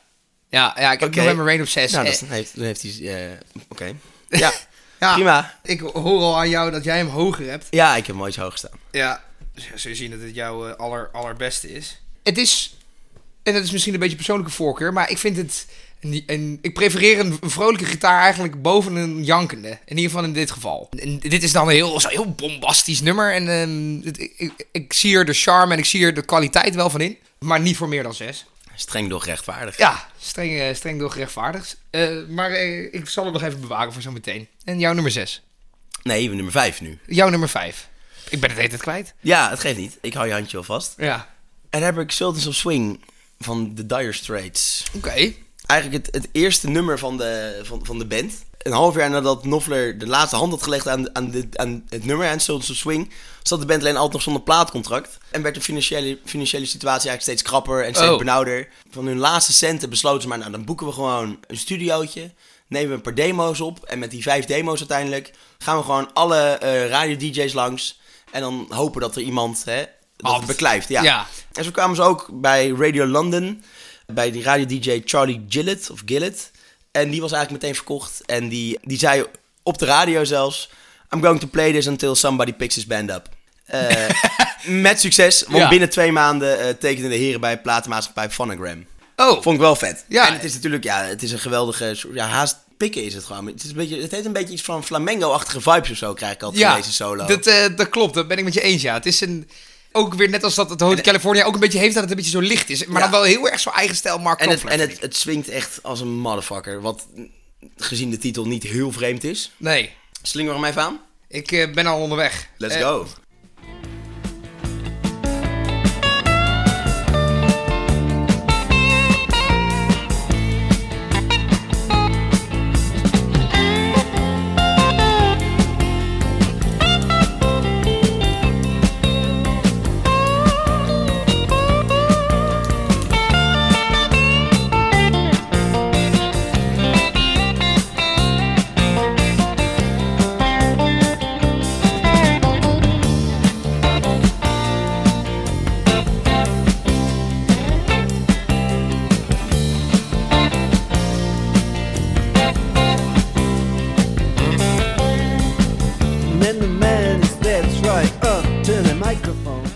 Ja, ja ik heb Oké. November Rain op 6. Nou, Eh, dat is- heeft, dan heeft hij... eh, Oké. Ja, ja, prima. Ik hoor al aan jou dat jij hem hoger hebt. Ja, ik heb hem ooit hoog staan. Ja, dus ja, zul je zien dat het jouw eh, aller, allerbeste is. Het is, en dat is misschien een beetje persoonlijke voorkeur, maar ik vind het... Een, een- ik prefereer een, een vrolijke gitaar eigenlijk boven een jankende. In ieder geval in dit geval. En dit is dan een heel, zo'n heel bombastisch nummer. En ehm, het- ik, ik, ik zie er de charme en ik zie er de kwaliteit wel van in. Maar niet voor meer dan zes. Streng doch rechtvaardig. Ja, streng, eh, streng door gerechtvaardigd. Eh, maar eh, ik zal hem nog even bewaren voor zometeen. En jouw nummer zes. Nee, we nummer 5 nu. Jouw nummer vijf. Ik ben het eten kwijt. Ja, het geeft niet. Ik hou je handje wel vast. Ja. En heb ik Sultans of Swing van de Dire Straits. Oké. Eigenlijk het, het eerste nummer van de, van, van de band. Een half jaar nadat Knopfler de laatste hand had gelegd aan, aan, dit- aan het nummer, aan Sultans of Swing, zat de band alleen altijd nog zonder plaatcontract. En werd de financiële, financiële situatie eigenlijk steeds krapper en steeds Oh. benauwder. Van hun laatste centen besloten ze maar, nou dan boeken we gewoon een studiootje, nemen we een paar demo's op. En met die vijf demo's uiteindelijk gaan we gewoon alle eh, radio-dj's langs. En dan hopen dat er iemand hè, dat het Alt. beklijft. Ja. Ja. En zo kwamen ze ook bij Radio London, bij die radio-dj Charlie Gillett, of Gillett. En die was eigenlijk meteen verkocht. En die, die zei op de radio zelfs, I'm going to play this until somebody picks his band up. Eh, met succes, want Ja. binnen twee maanden eh, tekenden de heren bij platenmaatschappij Phonogram. Oh. Vond ik wel vet. Ja. En het is natuurlijk, ja, het is een geweldige, soort- ja, haast pikken is het gewoon. Het, is een beetje, het heeft een beetje iets van flamengo-achtige vibes of zo, krijg ik altijd ja. van deze solo. Dat, eh, dat klopt. Dat ben ik met je eens. Ja. Het is een. Ook weer net als dat het Hotel California ook een beetje heeft dat het een beetje zo licht is. Maar Ja. dan wel heel erg zo eigen stijl Mark En, het, Knopfler, en het, vind ik. het swingt echt als een motherfucker. Wat gezien de titel niet heel vreemd is. Nee, Slingeren we hem even aan? ik eh, ben al onderweg. Let's Eh, go. And then the man steps right up to the microphone.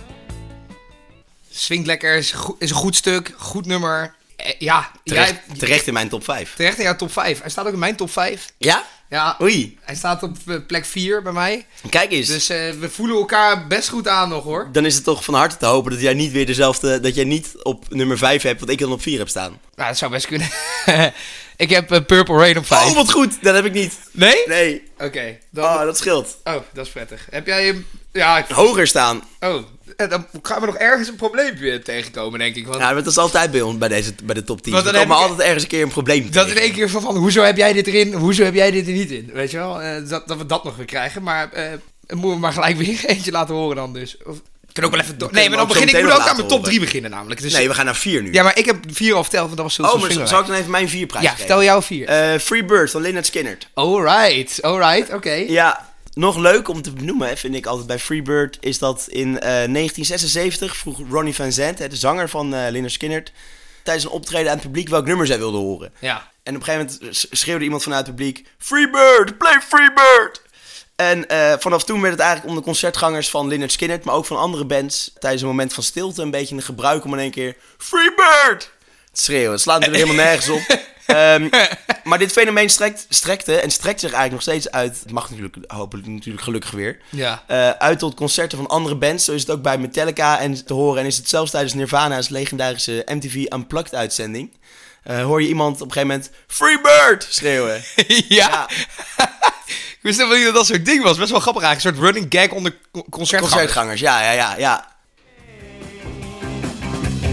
Swingt lekker, is, goe- is een goed stuk, goed nummer. Eh, ja, Terecht, jij- terecht in mijn top 5. terecht in jouw top 5. Hij staat ook in mijn top 5. Ja? Ja, Oei. hij staat op eh, plek 4 bij mij. Kijk eens. Dus eh, we voelen elkaar best goed aan nog hoor. Dan is het toch van harte te hopen dat jij niet weer dezelfde. Dat jij niet op nummer 5 hebt, wat ik dan op 4 heb staan. Nou, dat zou best kunnen. ik heb eh, Purple Rain op 5. Oh, wat goed! Dat heb ik niet. nee? Nee. Oké, dan... Oh, dat scheelt. Oh, dat is prettig. Heb jij hem... Ja, ik... Hoger staan. Oh, eh, dan gaan we nog ergens een probleempje tegenkomen, denk ik. Want Ja, want dat is altijd bij ons bij, deze, bij de top 10. Want We dan heb komen ik- altijd ergens een keer een probleem. dat in tegen. één keer van, van, hoezo heb jij dit erin, hoezo heb jij dit er niet in? Weet je wel, Eh, dat, dat we dat nog weer krijgen. Maar eh moeten we maar gelijk weer eentje laten horen dan dus. Of, kunnen ook wel even door. kunnen Nee, maar dan hem ook begin zo ik, moet ook meteen nog aan mijn laten top 3 beginnen namelijk. Dus, Nee, we gaan naar 4 nu. Ja, maar ik heb vier al verteld, want dat was oh, Silver maar Swinger. zou ik Eh. dan even mijn 4 prijs Ja, vertel jouw vier. Free Bird van Leonard Skinner. alright, alright, oké. Ja, nog leuk om te benoemen, vind ik altijd bij Freebird, is dat in eh, 1976 vroeg Ronnie Van Zandt, hè, de zanger van eh Lynyrd Skynyrd, tijdens een optreden aan het publiek welk nummer zij wilde horen. Ja. En op een gegeven moment s- schreeuwde iemand vanuit het publiek, Freebird, play Freebird! En eh, vanaf toen werd het eigenlijk onder concertgangers van Lynyrd Skynyrd, maar ook van andere bands, tijdens een moment van stilte een beetje een gebruik om in één keer Freebird te schreeuwen. Het slaat natuurlijk helemaal nergens op. Ehm, maar dit fenomeen strekt, strekte en strekt zich eigenlijk nog steeds uit. Het mag natuurlijk, hopelijk natuurlijk gelukkig weer. Ja. Eh, uit tot concerten van andere bands. Zo is het ook bij Metallica en te horen. En is het zelfs tijdens Nirvana's legendarische MTV Unplugged uitzending. eh, hoor je iemand op een gegeven moment Freebird schreeuwen. ja. ik wist helemaal niet dat dat soort ding was. Best wel grappig eigenlijk. Een soort running gag onder co- concertgangers. Concertgangers, ja, ja, ja, ja.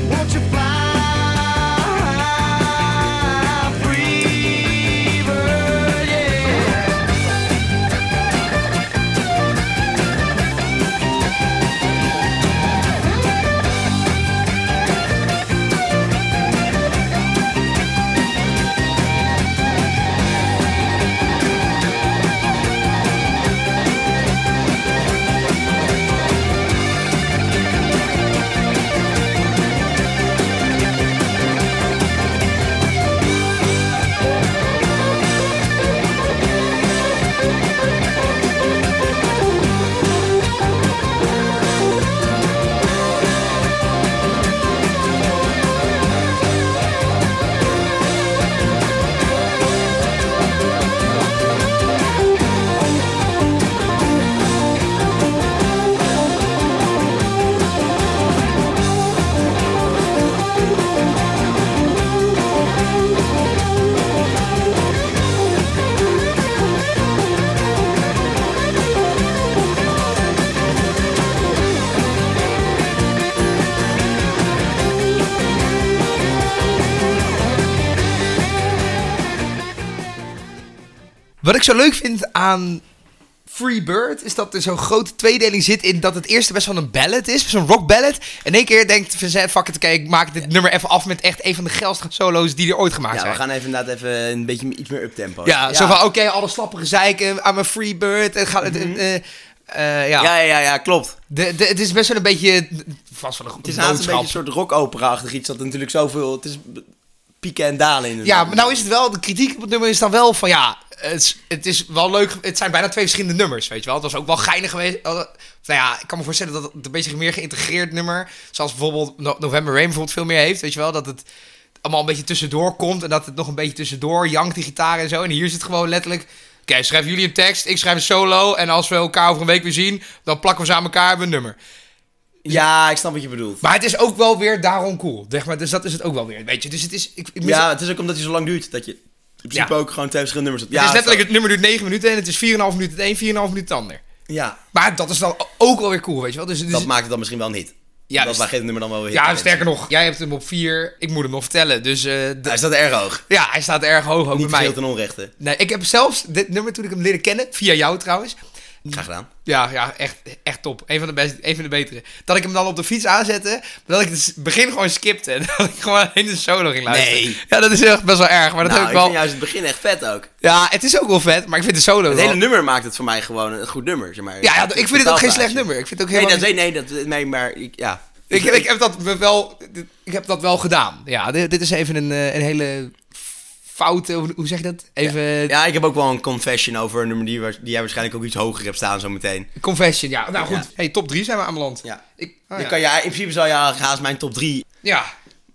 Won't you fly, free bird, yeah. Wat ik zo leuk vind aan Free Bird is dat er zo'n grote tweedeling zit in dat het eerste best wel een ballad is, zo'n rock ballad. En één keer denkt Vincent, fuck it, oké, ik maak dit nummer even af met echt een van de geilste solo's die er ooit gemaakt Ja, zijn. we gaan even inderdaad even een beetje m- iets meer uptempo. Ja, zo van, oké, alle slappige zeiken aan mijn Free Bird. En ga, eh, eh, eh, ja. Mhm. Ja, ja, ja, ja, klopt. De, de, het is best wel een beetje, vast wel een Het is goede naast een beetje boodschap. een soort rockopera-achtig iets dat er natuurlijk zoveel... Het is b- pieken en dalen in. het Ja, nummer. maar nou is het wel, de kritiek op het nummer is dan wel van ja, het is, het is wel leuk. Het zijn bijna twee verschillende nummers, weet je wel. Het was ook wel geinig geweest. eh, Nou ja, ik kan me voorstellen dat het een beetje meer geïntegreerd nummer, zoals bijvoorbeeld No- November Rain bijvoorbeeld veel meer heeft, weet je wel. Dat het allemaal een beetje tussendoor komt en dat het nog een beetje tussendoor jankt die gitaar en zo. En hier is het gewoon letterlijk, oké, schrijf jullie een tekst, ik schrijf een solo en als we elkaar over een week weer zien, dan plakken we ze aan elkaar en hebben we een nummer. Ja, ik snap wat je bedoelt. Maar het is ook wel weer daarom cool, zeg maar. Dus dat is het ook wel weer, weet je. Dus het is, ik, ik mis- ja, het is ook omdat hij zo lang duurt dat je in principe Ja. ook gewoon twee verschillende nummers hebt. Ja, het is letterlijk, het snap nummer duurt 9 minuten en het is 4,5 minuten het een, 4,5 minuten het ander. ik. Ja, Maar dat is dan ook wel weer cool, weet je wel. Dus, dus- dat maakt het dan misschien wel een hit. Juist. Dat geeft het nummer dan wel weer hit. ja, sterker nog, jij hebt hem op 4, ik moet hem nog vertellen. Dus eh, d- Hij staat erg hoog. ja, hij staat erg hoog ook Niet bij veel mij. ten onrechte. Nee, ik heb zelfs dit nummer toen ik hem leerde kennen, via jou trouwens. Graag gedaan. Ja, ja echt, echt top. Een van, de best, een van de betere. Dat ik hem dan op de fiets aanzette, maar dat ik het begin gewoon skipte. En dat ik gewoon alleen de solo ging luisteren. Nee. Ja, dat is echt best wel erg, maar dat heb nou, ik ik wel... vind juist het begin echt vet ook. Ja, het is ook wel vet, maar ik vind de solo Het wel... hele nummer maakt het voor mij gewoon een goed nummer. Zeg maar. Ja, ja, ik vind het ook geen slecht nummer. Ik vind het ook Nee, helemaal dat, niet- nee, nee, dat, nee maar ik, ja. Ik, ik, heb dat wel, ik heb dat wel gedaan. Ja, dit, dit is even een, eh, een hele foute, hoe hoe zeg je dat? Even Ja, ik heb ook wel een confession over een nummer die, waar- die jij waarschijnlijk ook iets hoger hebt staan zo Oh, meteen. confession. Ja, nou goed. Ja. Hey, top 3 zijn we aanbeland. Ja. Ik, ah, Dan ja. kan je, in principe zou je haast mijn top 3. ja.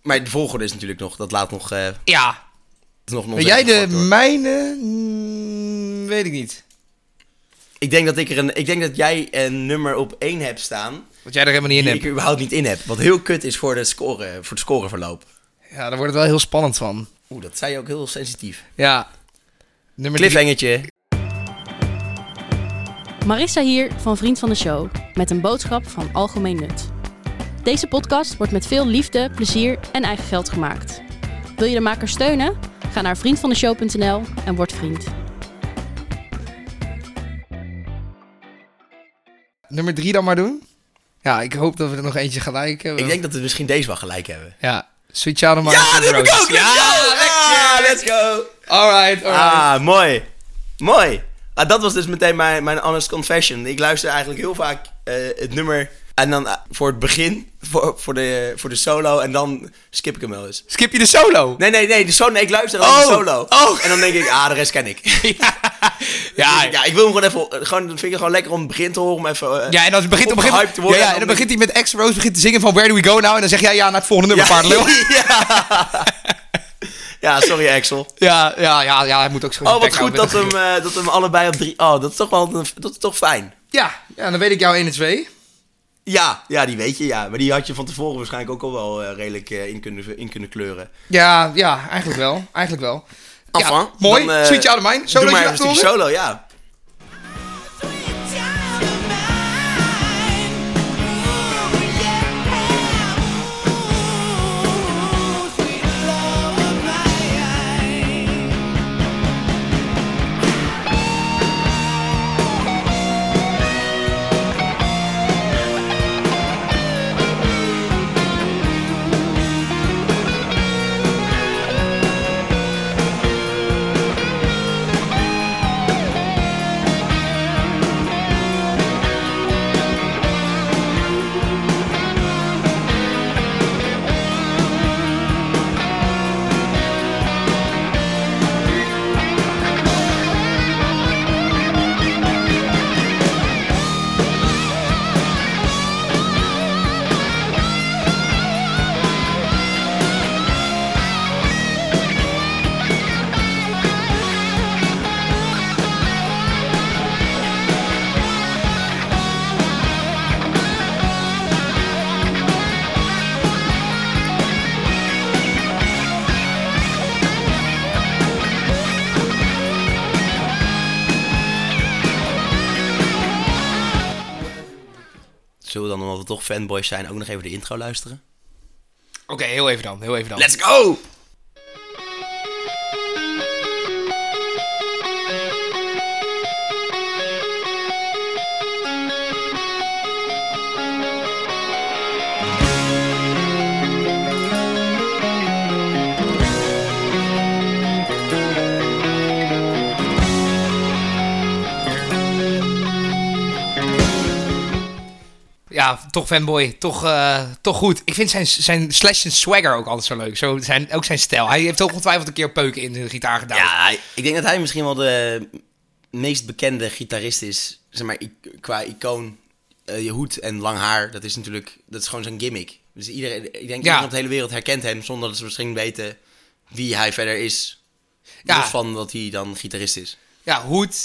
Maar de volgorde is natuurlijk nog, dat laat nog... eh, Ja. is nog een Ben jij de onzekerheid factor. mijne? Mm, weet ik niet. Ik denk dat ik er een, ik denk dat jij een nummer op 1 hebt staan. Wat jij er helemaal niet Die in ik hebt. er überhaupt niet in heb. Wat heel kut is voor, de score, voor het scoreverloop. Ja, daar wordt het wel heel spannend van. Oeh, dat zei je ook heel sensitief. Ja. Nummer drie. Cliffhangertje. Marissa hier van Vriend van de Show met een boodschap van algemeen nut. Deze podcast wordt met veel liefde, plezier en eigen geld gemaakt. Wil je de maker steunen? Ga naar vriendvandeshow.nl en word vriend. Nummer drie dan maar doen. Ja, ik hoop dat we er nog eentje gelijk hebben. Ik denk dat we misschien deze wel gelijk hebben. Ja. Sweet Child of Mine. Ja, dit heb ik ook! Let's Ja, go! lekker! Ah, let's go! Alright, alright. Ah, mooi. Mooi. Ah, dat was dus meteen mijn, mijn honest confession. Ik luister eigenlijk heel vaak eh, het nummer... En dan ah, voor het begin, voor, voor, de, voor de solo, en dan skip ik hem wel eens. Skip je de solo? Nee, nee, nee, de solo, nee, ik luister alleen de Oh. solo. Oh. En dan denk ik, ah, de rest ken ik. Ja, Dus ik- ja, ik wil hem gewoon even. Gewoon, dan vind ik het gewoon lekker om het begin te horen. Om even, eh, Ja, en dan begint op een opgehyped gegeven te worden. ja, ja, en dan denk begint hij met X-Rose begint te zingen van Where Do We Go Now? En dan zeg jij ja naar het volgende nummer, paardenlul. ik- ja. ja, sorry, Axel. Ja, ja, ja, ja, hij moet ook zo Oh, zijn wat bek goed houden dat met hem, eh, dat hem allebei op drie. Oh, dat is toch wel een- dat is toch fijn. Ja, ja, dan weet ik jou 1 en 2. Ja, ja, die weet je, ja. Maar die had je van tevoren waarschijnlijk ook al wel eh, redelijk eh, in, kunnen, in kunnen kleuren. Ja, ja, eigenlijk wel. Eigenlijk wel. Ja, Enfin, mooi. dan, eh, Sweet Child of Mine. Solootje Doe maar even een laten stukje horen? solo, ja. Zullen we dan, omdat we toch fanboys zijn, ook nog even de intro luisteren? Oké, heel even dan. Heel even dan. Let's go! ja, toch fanboy. Toch, eh, toch goed. Ik vind zijn, zijn slash en swagger ook altijd zo leuk. Zo zijn, ook zijn stijl. Hij heeft ook ongetwijfeld een keer peuken in zijn gitaar gedaan. Ja, ik denk dat hij misschien wel de meest bekende gitarist is. Zeg maar, i- qua icoon. Eh, je hoed en lang haar, dat is natuurlijk... Dat is gewoon zijn gimmick. Dus iedereen, ik denk iedereen op de hele wereld herkent hem... zonder dat ze misschien weten wie hij verder is. Ja. Los van dat hij dan gitarist is. Ja, hoed.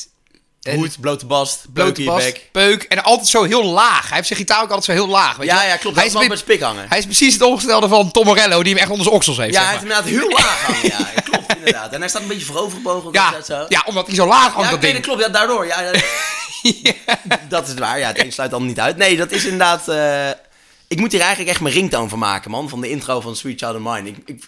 en hoed, blote bast, blote blote je bas, bek. peuk. En altijd zo heel laag. Hij heeft zijn gitaar ook altijd zo heel laag. Weet Ja, je? ja, klopt. Hij Hij is, is wel weer- met spik hangen. hij is precies het omgestelde van Tom Morello, die hem echt onder zijn oksels heeft. ja, hij zeg heeft maar. inderdaad heel laag hangen. Ja, klopt inderdaad. En hij staat een beetje voorovergebogen. dat is dat zo. ja, ja, omdat hij zo laag hangt, Ja, dat nee, ding. dat klopt. Ja, daardoor. Ja, ja. Dat is waar. Ja, het een sluit dan niet uit. Nee, dat is inderdaad... eh, ik moet hier eigenlijk echt mijn ringtone van maken, man. Van de intro van Sweet Child of Mine. Ik, ik,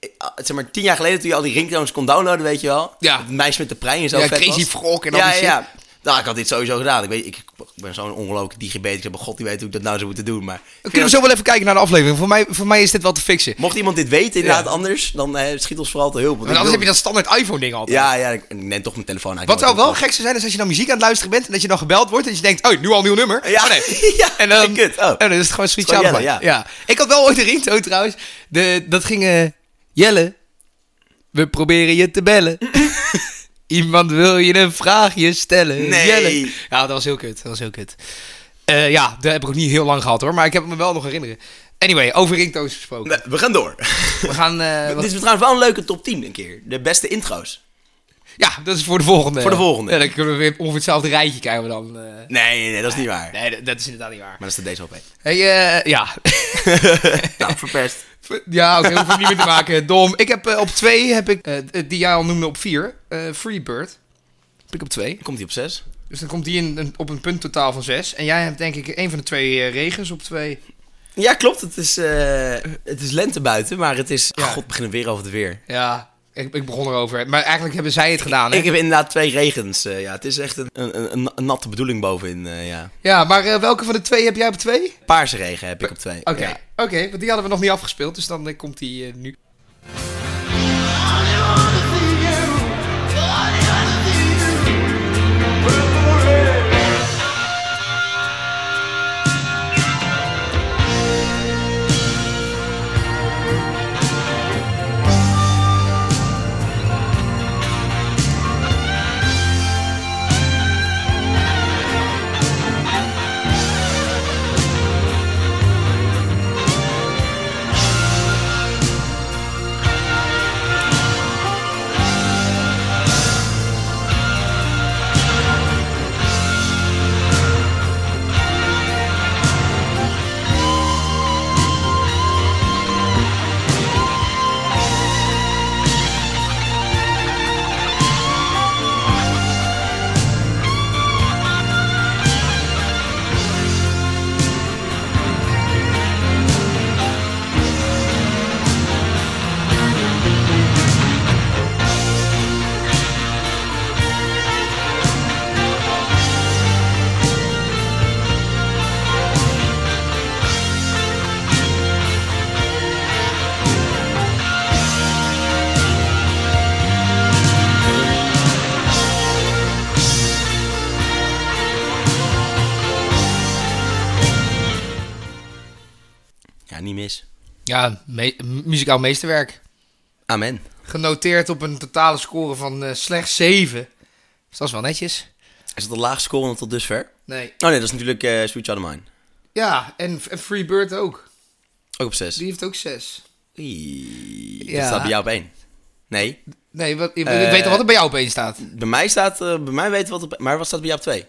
ik- ah, zeg maar, tien jaar geleden toen je al die ringtones kon downloaden, weet je wel. Ja. Het meisje met de prei en zo Ja, vet Crazy was. Frog en al die shit. Nou, ik had dit sowieso gedaan. Ik, weet, ik ben zo'n ongelooflijk digibet. Ik heb god, die weet hoe ik dat nou zou moeten doen. Maar We kunnen zo wel even kijken naar de aflevering. Voor mij, voor mij is dit wel te fixen. mocht iemand dit weten inderdaad Ja. anders, dan eh, schiet ons vooral te hulp. want Want ik anders heb je wil- dat standaard iPhone-ding altijd. Ja, ja, ik ik neem toch mijn telefoon uit. Wat zou wel gek zou zijn, is als je dan muziek aan het luisteren bent en dat je dan gebeld wordt en je denkt, oh, nu al een nieuw nummer. Ja. Oh, nee. Ja, en dan, kut. Oh. en dan is het gewoon Sweet Het is Child gewoon of Mine. Jelle, ja. Ik had wel ooit een ringtoon trouwens. De, dat ging eh, Jelle, we proberen je te bellen. Iemand wil je een vraagje stellen. Nee. Jelle. Ja, dat was heel kut. Dat was heel kut. Eh, ja, dat heb ik ook niet heel lang gehad hoor, maar ik heb me wel nog herinneren. Anyway, over ringtoons gesproken. Nee, We gaan door. We gaan... eh, wat- Dit is trouwens wel een leuke top 10 een keer. De beste intro's. Ja, dat is voor de volgende. Voor de volgende. Ja, dan kunnen we weer ongeveer hetzelfde rijtje krijgen we dan. eh. Nee, nee, nee, dat is niet waar. Maar Nee, dat, dat is inderdaad niet waar. dat is de deze op. Hey, eh, ja. Nou, verpest. ja, oké, hoef ik niet meer te maken. Dom. Ik heb eh, op twee, heb ik, eh, die jij al noemde op vier, eh Freebird. Heb ik op twee. Komt hij op 6? Dus dan komt die in, een- op een punt totaal van zes. En jij hebt denk ik een van de twee eh, regens op twee. Ja, klopt. Het is, eh, het is lente buiten, maar het is... Ja. God, we beginnen weer over het weer. Ja, ik, ik begon erover. Maar eigenlijk hebben zij het gedaan, hè? Ik heb inderdaad twee regens. eh, ja, het is echt een, een, een, een natte bedoeling bovenin, eh, ja. Ja, maar eh, welke van de twee heb jij op twee? Oké, Paarse regen heb ik op twee. oké, Ja. want die hadden we nog niet afgespeeld. Dus dan eh, komt die eh, nu. Ja, niet mis. Ja, me- muzikaal meesterwerk. Amen. Genoteerd op een totale score van eh, slechts 7. Dus dat is wel netjes. Is het de laagste score tot dusver? Nee. Oh nee, dat is natuurlijk eh Sweet Child of Mine. Ja, en, en Freebird ook. Ook op 6. Die heeft ook 6. Ja. Ja. Dat staat bij jou op 1. Nee, Nee, wat, ik, ik Eh, weet al wat er bij jou opeens staat. Bij mij staat, eh, bij mij weten wat op, maar wat staat bij jou op 2?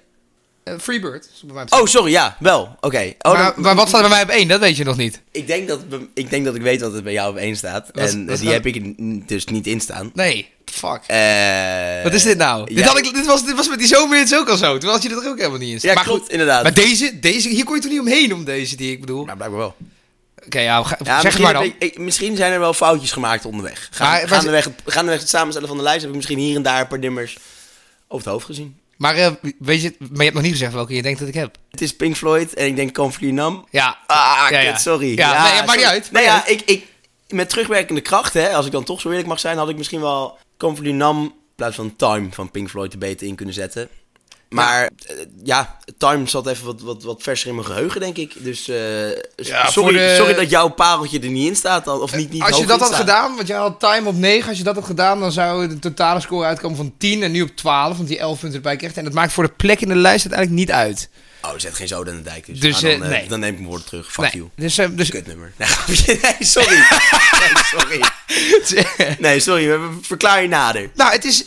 Eh, Freebird. is bij mij op Oh, sorry, ja, wel, oké. Oh, maar, dan- maar wat staat er bij mij op 1? Dat weet je nog niet. ik, denk dat, be- ik denk dat ik weet wat er bij jou op 1 staat. Wat- en eh, wat die staat- heb ik n- dus niet in staan. Nee, fuck. Eh, wat is dit nou? ja, dit, had ik, dit, was, dit was met die zomerhits ook al zo. Toen had je dat er ook helemaal niet in. Ja, klopt, inderdaad. Maar deze, deze, hier kon je toch niet omheen om deze die ik bedoel. Maar blijkbaar wel. Oké, ja, ga- Ja, zeg het misschien, maar dan. heb ik- ik- misschien zijn er wel foutjes gemaakt onderweg. Gaan, Maar- maar- gaandeweg, het, gaandeweg het samenstellen van de lijst heb ik misschien hier en daar een paar nummers over het hoofd gezien. Maar, eh, weet je, maar je hebt nog niet gezegd welke je denkt dat ik heb. Het is Pink Floyd en ik denk Comfrey Nam. Ja. Ah, Ja, kut, ja. sorry. Ja, nee, maakt sorry. niet uit, Nou maakt ja, ik, ik, met terugwerkende kracht, hè, als ik dan toch zo eerlijk mag zijn, had ik misschien wel Comfort Nam in plaats van Time van Pink Floyd er beter in kunnen zetten. Maar eh, ja, Time zat even wat, wat, wat verser in mijn geheugen, denk ik. Dus eh, s- Ja, sorry, voor de- sorry dat jouw pareltje er niet in staat. dan, Of niet, niet Als je hoog dat in had staat. gedaan, want jij had time op 9, als je dat had gedaan, dan zou de totale score uitkomen van 10 en nu op 12, want die 11 punten erbij krijgt. En dat maakt voor de plek in de lijst uiteindelijk niet uit. Oh, zet geen zoden in de dijk. Dus, Dus, Ah, dan, eh, eh, nee. dan neem ik mijn woorden terug. Fuck Nee, you. Dus, eh, dus, Kutnummer. Nee, grapje. Nee, sorry. Nee, sorry. Nee, sorry. we- we- Verklaar je nader. Dus, eh, nou, het is,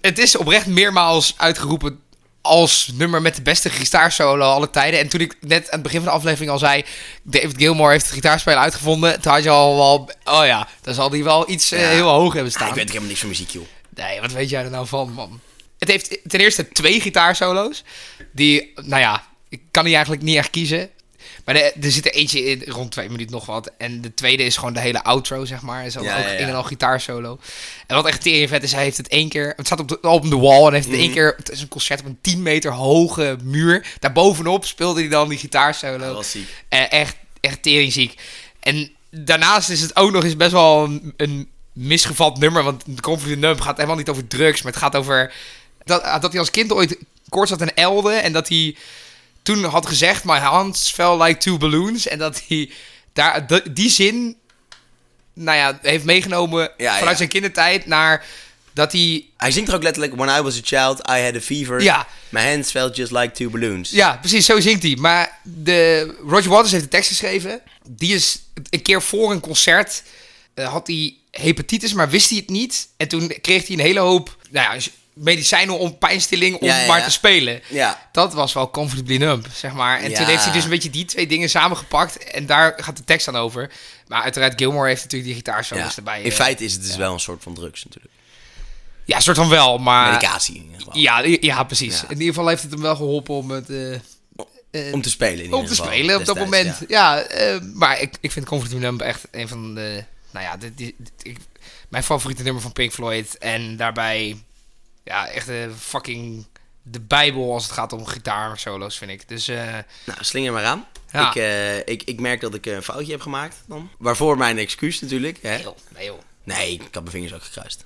het is oprecht meermaals uitgeroepen als nummer met de beste gitaarsolo alle tijden. En toen ik net aan het begin van de aflevering al zei, David Gilmore heeft het gitaarspelen uitgevonden, toen had je al wel, oh ja, dan zal die wel iets eh, Ja. heel hoog hebben Ah, staan. ik weet er helemaal niks van muziek, joh. Nee, wat weet jij er nou van, man? Het heeft ten eerste twee gitaarsolo's. Die, nou ja, ik kan die eigenlijk niet echt kiezen. Maar de- er zit er eentje in, rond twee minuten nog wat. En de tweede is gewoon de hele outro, zeg maar. Is dan Ja, ook ja, ja. in en al gitaarsolo. En wat echt teringvet is, hij heeft het één keer... Het staat op de album The Wall en heeft het Mhm. één keer... Het is een concert op een 10 meter hoge muur. Daarbovenop speelde hij dan die gitaarsolo. Dat was ziek. Eh, echt, echt teringziek. En daarnaast is het ook nog eens best wel een, een misgevat nummer. Want de Confident Numb gaat helemaal niet over drugs. Maar het gaat over dat, ah, dat hij als kind ooit koorts had en elde. En dat hij toen had gezegd... My hands fell like two balloons. En dat hij daar, de- die zin nou ja, heeft meegenomen Ja, vanuit ja. zijn kindertijd naar dat hij... Hij zingt er ook letterlijk... When I was a child, I had a fever. Ja. My hands felt just like two balloons. Ja, precies, zo zingt hij. Maar de, Roger Waters heeft de tekst geschreven. Die is een keer voor een concert... eh, had hij hepatitis, maar wist hij het niet. En toen kreeg hij een hele hoop nou ja, medicijnen om pijnstilling om Ja, ja, maar ja. te spelen. Ja. Dat was wel comfortably numb, zeg maar. En toen Ja. heeft hij dus een beetje die twee dingen samengepakt. En daar gaat de tekst aan over. Maar uiteraard, Gilmore heeft natuurlijk die gitaarsolos Ja. erbij. In eh. feite is het dus wel een soort van drugs natuurlijk. Ja, soort van wel, maar... Medicatie in ieder geval. Ja, i- ja, precies. Oh. Ja. In ieder geval heeft het hem wel geholpen om, het, eh, Om te spelen in ieder om te geval, spelen op dat destijds, moment. ja. Ja, eh, maar ik, ik vind Comforting Numb echt een van de... Nou ja, dit, dit- dit- ik- mijn favoriete nummer van Pink Floyd. En daarbij, ja, echt eh, fucking de bijbel als het gaat om gitaarsolo's, vind ik. Dus eh, Nou, slinger maar aan. Ja. Ik, eh, ik, ik merk dat ik een foutje heb gemaakt dan. Waarvoor mijn excuus natuurlijk. Hè? joh, nee joh. Nee, ik had mijn vingers ook gekruist.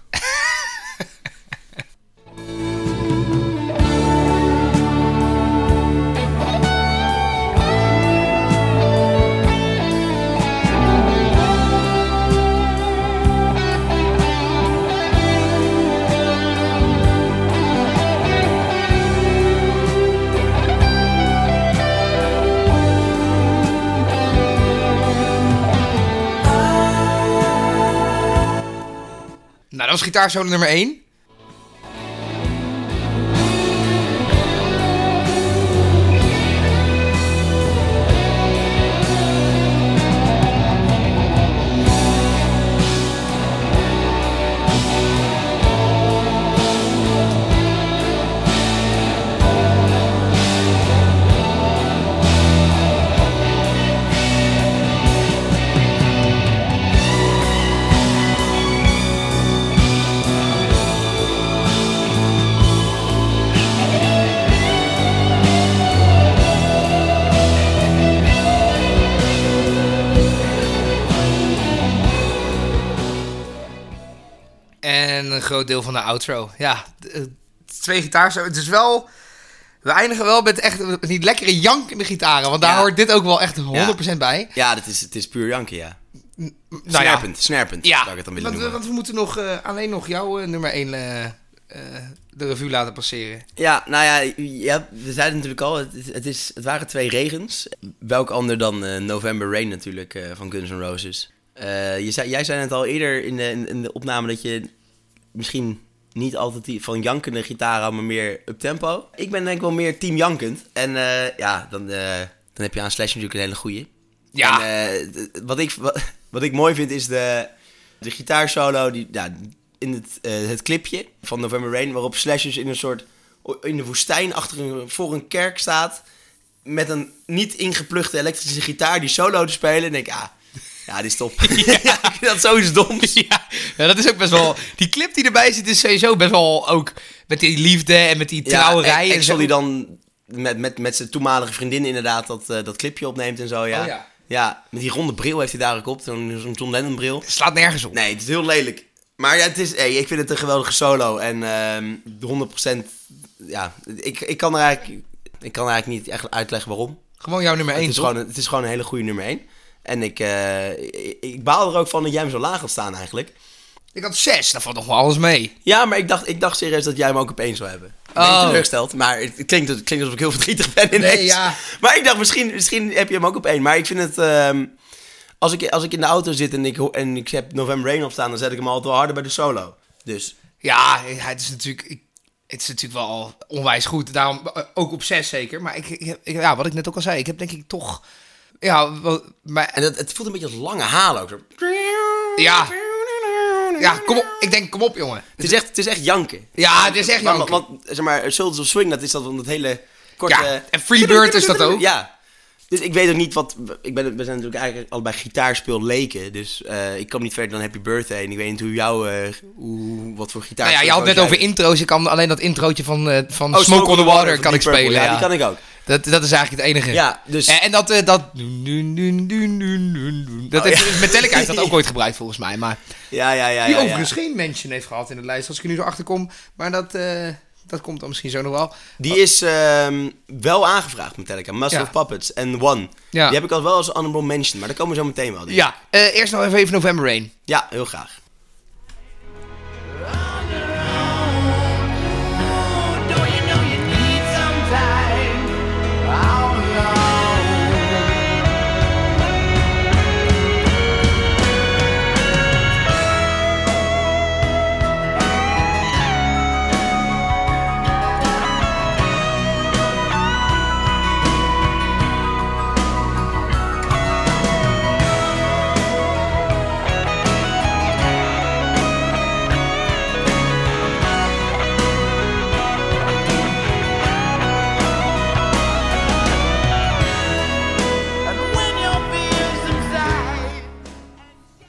Nou, dat was gitaarsolo nummer 1. En een groot deel van de outro. Ja, d- eh, twee gitaarsolos. Het is wel... We eindigen wel met echt met die lekkere jankende gitaren. Want daar Ja. hoort dit ook wel echt 100% bij. Ja, dat is, het is puur janken, ja. Nou ja. snerpend, snerpend Ja, zou ik het dan willen want, we- noemen. want we moeten nog, eh, alleen nog jouw eh, nummer 1 de revue laten passeren. Ja, nou ja, ja, we zeiden het natuurlijk al, het, is- het, is, het waren twee regens. Welk ander dan eh, November Rain natuurlijk eh, van Guns N' Roses. Eh, je zei, jij zei het al eerder in de, in, in de opname dat je misschien niet altijd die, van jankende gitaar houdt, maar meer up-tempo. Ik ben denk ik wel meer team jankend. En eh, ja, dan, eh, dan heb je aan Slash natuurlijk een hele goeie. Ja. En, eh, d- wat, ik, wat, wat ik mooi vind is de, de gitaarsolo die, ja, in het, eh, het clipje van November Rain, waarop Slash dus in een soort in de woestijn achter een, voor een kerk staat met een niet ingeplugde elektrische gitaar die solo te spelen. En denk ik, ah, ja, dit is top. Ja. ik vind dat zoiets doms. Ja, ja, dat is ook best wel... Die clip die erbij zit is sowieso best wel ook met die liefde en met die trouwerij. ik, en ik zo. zal die dan met, met, met zijn toenmalige vriendin inderdaad dat, eh, dat clipje opneemt en zo, ja. Oh, ja. met die ronde bril heeft hij daar ook op, zo'n zo'n John Lennon bril. Slaat nergens op. Nee, het is heel lelijk. Maar ja, het is, hey, ik vind het een geweldige solo. En ehm, de 100%, ja, ik, ik kan er eigenlijk... Ik kan eigenlijk niet echt uitleggen waarom. Gewoon jouw nummer 1, het, is gewoon, een- het is gewoon een hele goede nummer 1. En ik, eh, ik, ik baal er ook van dat jij hem zo laag had staan eigenlijk. Ik had 6, daar valt nog wel alles mee. Ja, maar ik dacht, ik dacht serieus dat jij hem ook op één zou hebben. Ik ben Oh. teleurgesteld, maar het het klinkt, het klinkt alsof ik heel verdrietig ben ineens. ja. Maar ik dacht, misschien, misschien heb je hem ook op één. Maar ik vind het... ehm, als, ik, als ik in de auto zit en ik, ho- en ik heb November Rain op staan, dan zet ik hem altijd wel harder bij de solo. Dus Ja, het is natuurlijk, ik- het is natuurlijk wel al onwijs goed. Daarom eh, ook op 6 zeker. Maar ik, ik, ik- ja, wat ik net ook al zei, ik heb denk ik toch... Ja, wel- maar, En dat, het voelt een beetje als lange halen ook. Zo. ja, ja kom op, ik denk, kom op jongen. Het, is echt, het is echt janken. Ja, het is echt Maar- janken. Want, zeg maar, Sultans of Swing, dat is dat van dat hele korte... Ja, en Freebird is dat ook. Ja. Dus ik weet ook niet wat... Ik ben, we zijn natuurlijk eigenlijk allebei gitaarspeelleken. Dus eh, ik kom niet verder dan Happy Birthday. En ik weet niet hoe jou... eh, hoe, wat voor gitaar... Nou ja, je had het net over intro's. Ik kan alleen dat introotje van, eh, van Oh, Smoke, on the Water kan ik spelen. Ja, ja. die kan ik ook. Dat, dat is eigenlijk het enige. Ja, dus- En, en dat... eh, dat dat Oh, heeft, ja. Metallica heeft dat ook ooit gebruikt volgens mij. Maar Ja, ja, Ah, ja. die ja, ja. overigens geen mention heeft gehad in de lijst. Als ik er nu zo achter kom. Maar dat, eh, dat komt dan misschien zo nog wel. Die is ehm, wel aangevraagd, Metallica. Master Ja. of Puppets en One. Ja. Die heb ik al wel als honorable mention. Maar daar komen we zo meteen wel. denk ik. Ja, eh, eerst nog even, even November Rain. Ja, heel graag. Don't you know you need some time? How long? And when your fears subside.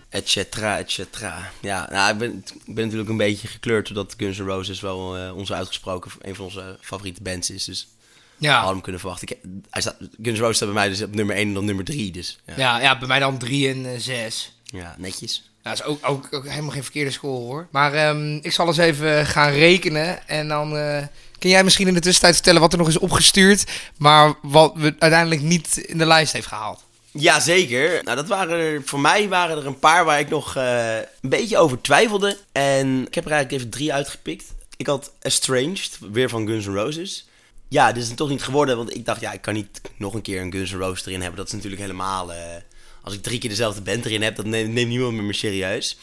Et cetera, et cetera. Ja, nou, ik, ben, ik ben natuurlijk een beetje gekleurd doordat Guns N' Roses wel eh, onze uitgesproken, een van onze favoriete bands is. Dus we hadden Ja. hem kunnen verwachten. Ik, hij staat, Guns N' Roses staat bij mij dus op nummer 1 en dan nummer 3. Dus ja, Ja, ja, bij mij dan 3 en 6. ja, netjes. dat is ook, ook, ook helemaal geen verkeerde score hoor. Maar ehm, ik zal eens even gaan rekenen. En dan eh, kun jij misschien in de tussentijd vertellen wat er nog is opgestuurd. Maar wat we uiteindelijk niet in de lijst heeft gehaald. Jazeker. Nou, dat waren er, voor mij waren er een paar waar ik nog eh, een beetje over twijfelde. En ik heb er eigenlijk even drie uitgepikt. Ik had Estranged, weer van Guns N' Roses. Ja, dit is het toch niet geworden, want ik dacht, ja, ik kan niet nog een keer een Guns N' Roses erin hebben. Dat is natuurlijk helemaal, eh, als ik drie keer dezelfde band erin heb, dat neemt, neemt niemand meer me serieus.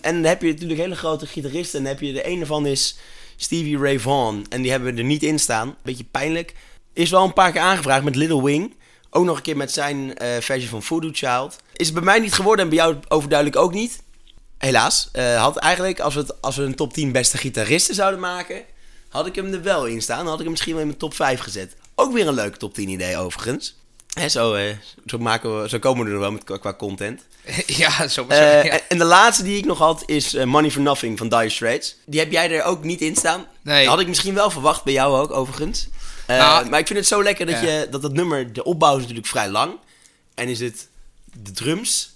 En dan heb je natuurlijk hele grote gitaristen. En dan heb je de ene van is Stevie Ray Vaughan. En die hebben we er niet in staan. Beetje pijnlijk. Is wel een paar keer aangevraagd met Little Wing. Ook nog een keer met zijn eh, versie van Voodoo Child. Is het bij mij niet geworden en bij jou overduidelijk ook niet. Helaas. Eh, had eigenlijk, als we, het, als we een top 10 beste gitaristen zouden maken, had ik hem er wel in staan. Dan had ik hem misschien wel in mijn top 5 gezet. Ook weer een leuk top 10 idee overigens. Hè, zo, eh, zo, maken we, zo komen we er wel met, qua- qua content. ja, zo Eh, zeggen. ja. en- En de laatste die ik nog had is eh, Money for Nothing van Dire Straits. Die heb jij er ook niet in staan. Nee. Dat had ik misschien wel verwacht, bij jou ook overigens. Eh, Nou, maar ik vind het zo lekker dat, ja. je, dat dat nummer, de opbouw is natuurlijk vrij lang. En is het de drums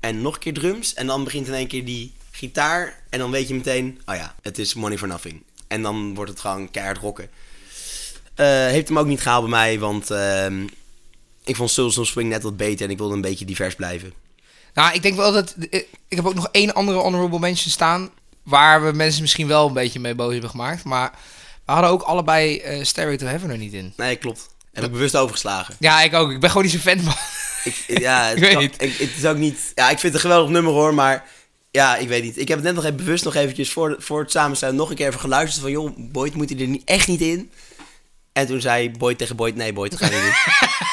en nog een keer drums. En dan begint in één keer die gitaar. En dan weet je meteen, oh ja, het is Money for Nothing. En dan wordt het gewoon keihard rocken. Eh, heeft hem ook niet gehaald bij mij, want ehm, ik vond Souls on Swing net wat beter. En ik wilde een beetje divers blijven. Nou, ik denk wel dat. eh, Ik heb ook nog één andere honorable mention staan. Waar we mensen misschien wel een beetje mee boos hebben gemaakt. Maar we hadden ook allebei eh Stairway to Heaven er niet in. Nee, klopt. Heb ik bewust overgeslagen. Ja, ik ook. Ik ben gewoon niet zo'n fan van. Ik, ja, het Ik weet kan- niet. Ik, het is ook niet... Ja, ik vind het een geweldig nummer hoor, maar... Ja, ik weet niet. Ik heb het net nog even bewust nog eventjes voor, voor het samenstellen nog een keer even geluisterd. Van joh, Boyd moet hij er niet, echt niet in. En toen zei Boyd tegen Boyd, nee Boyd, dat ga je niet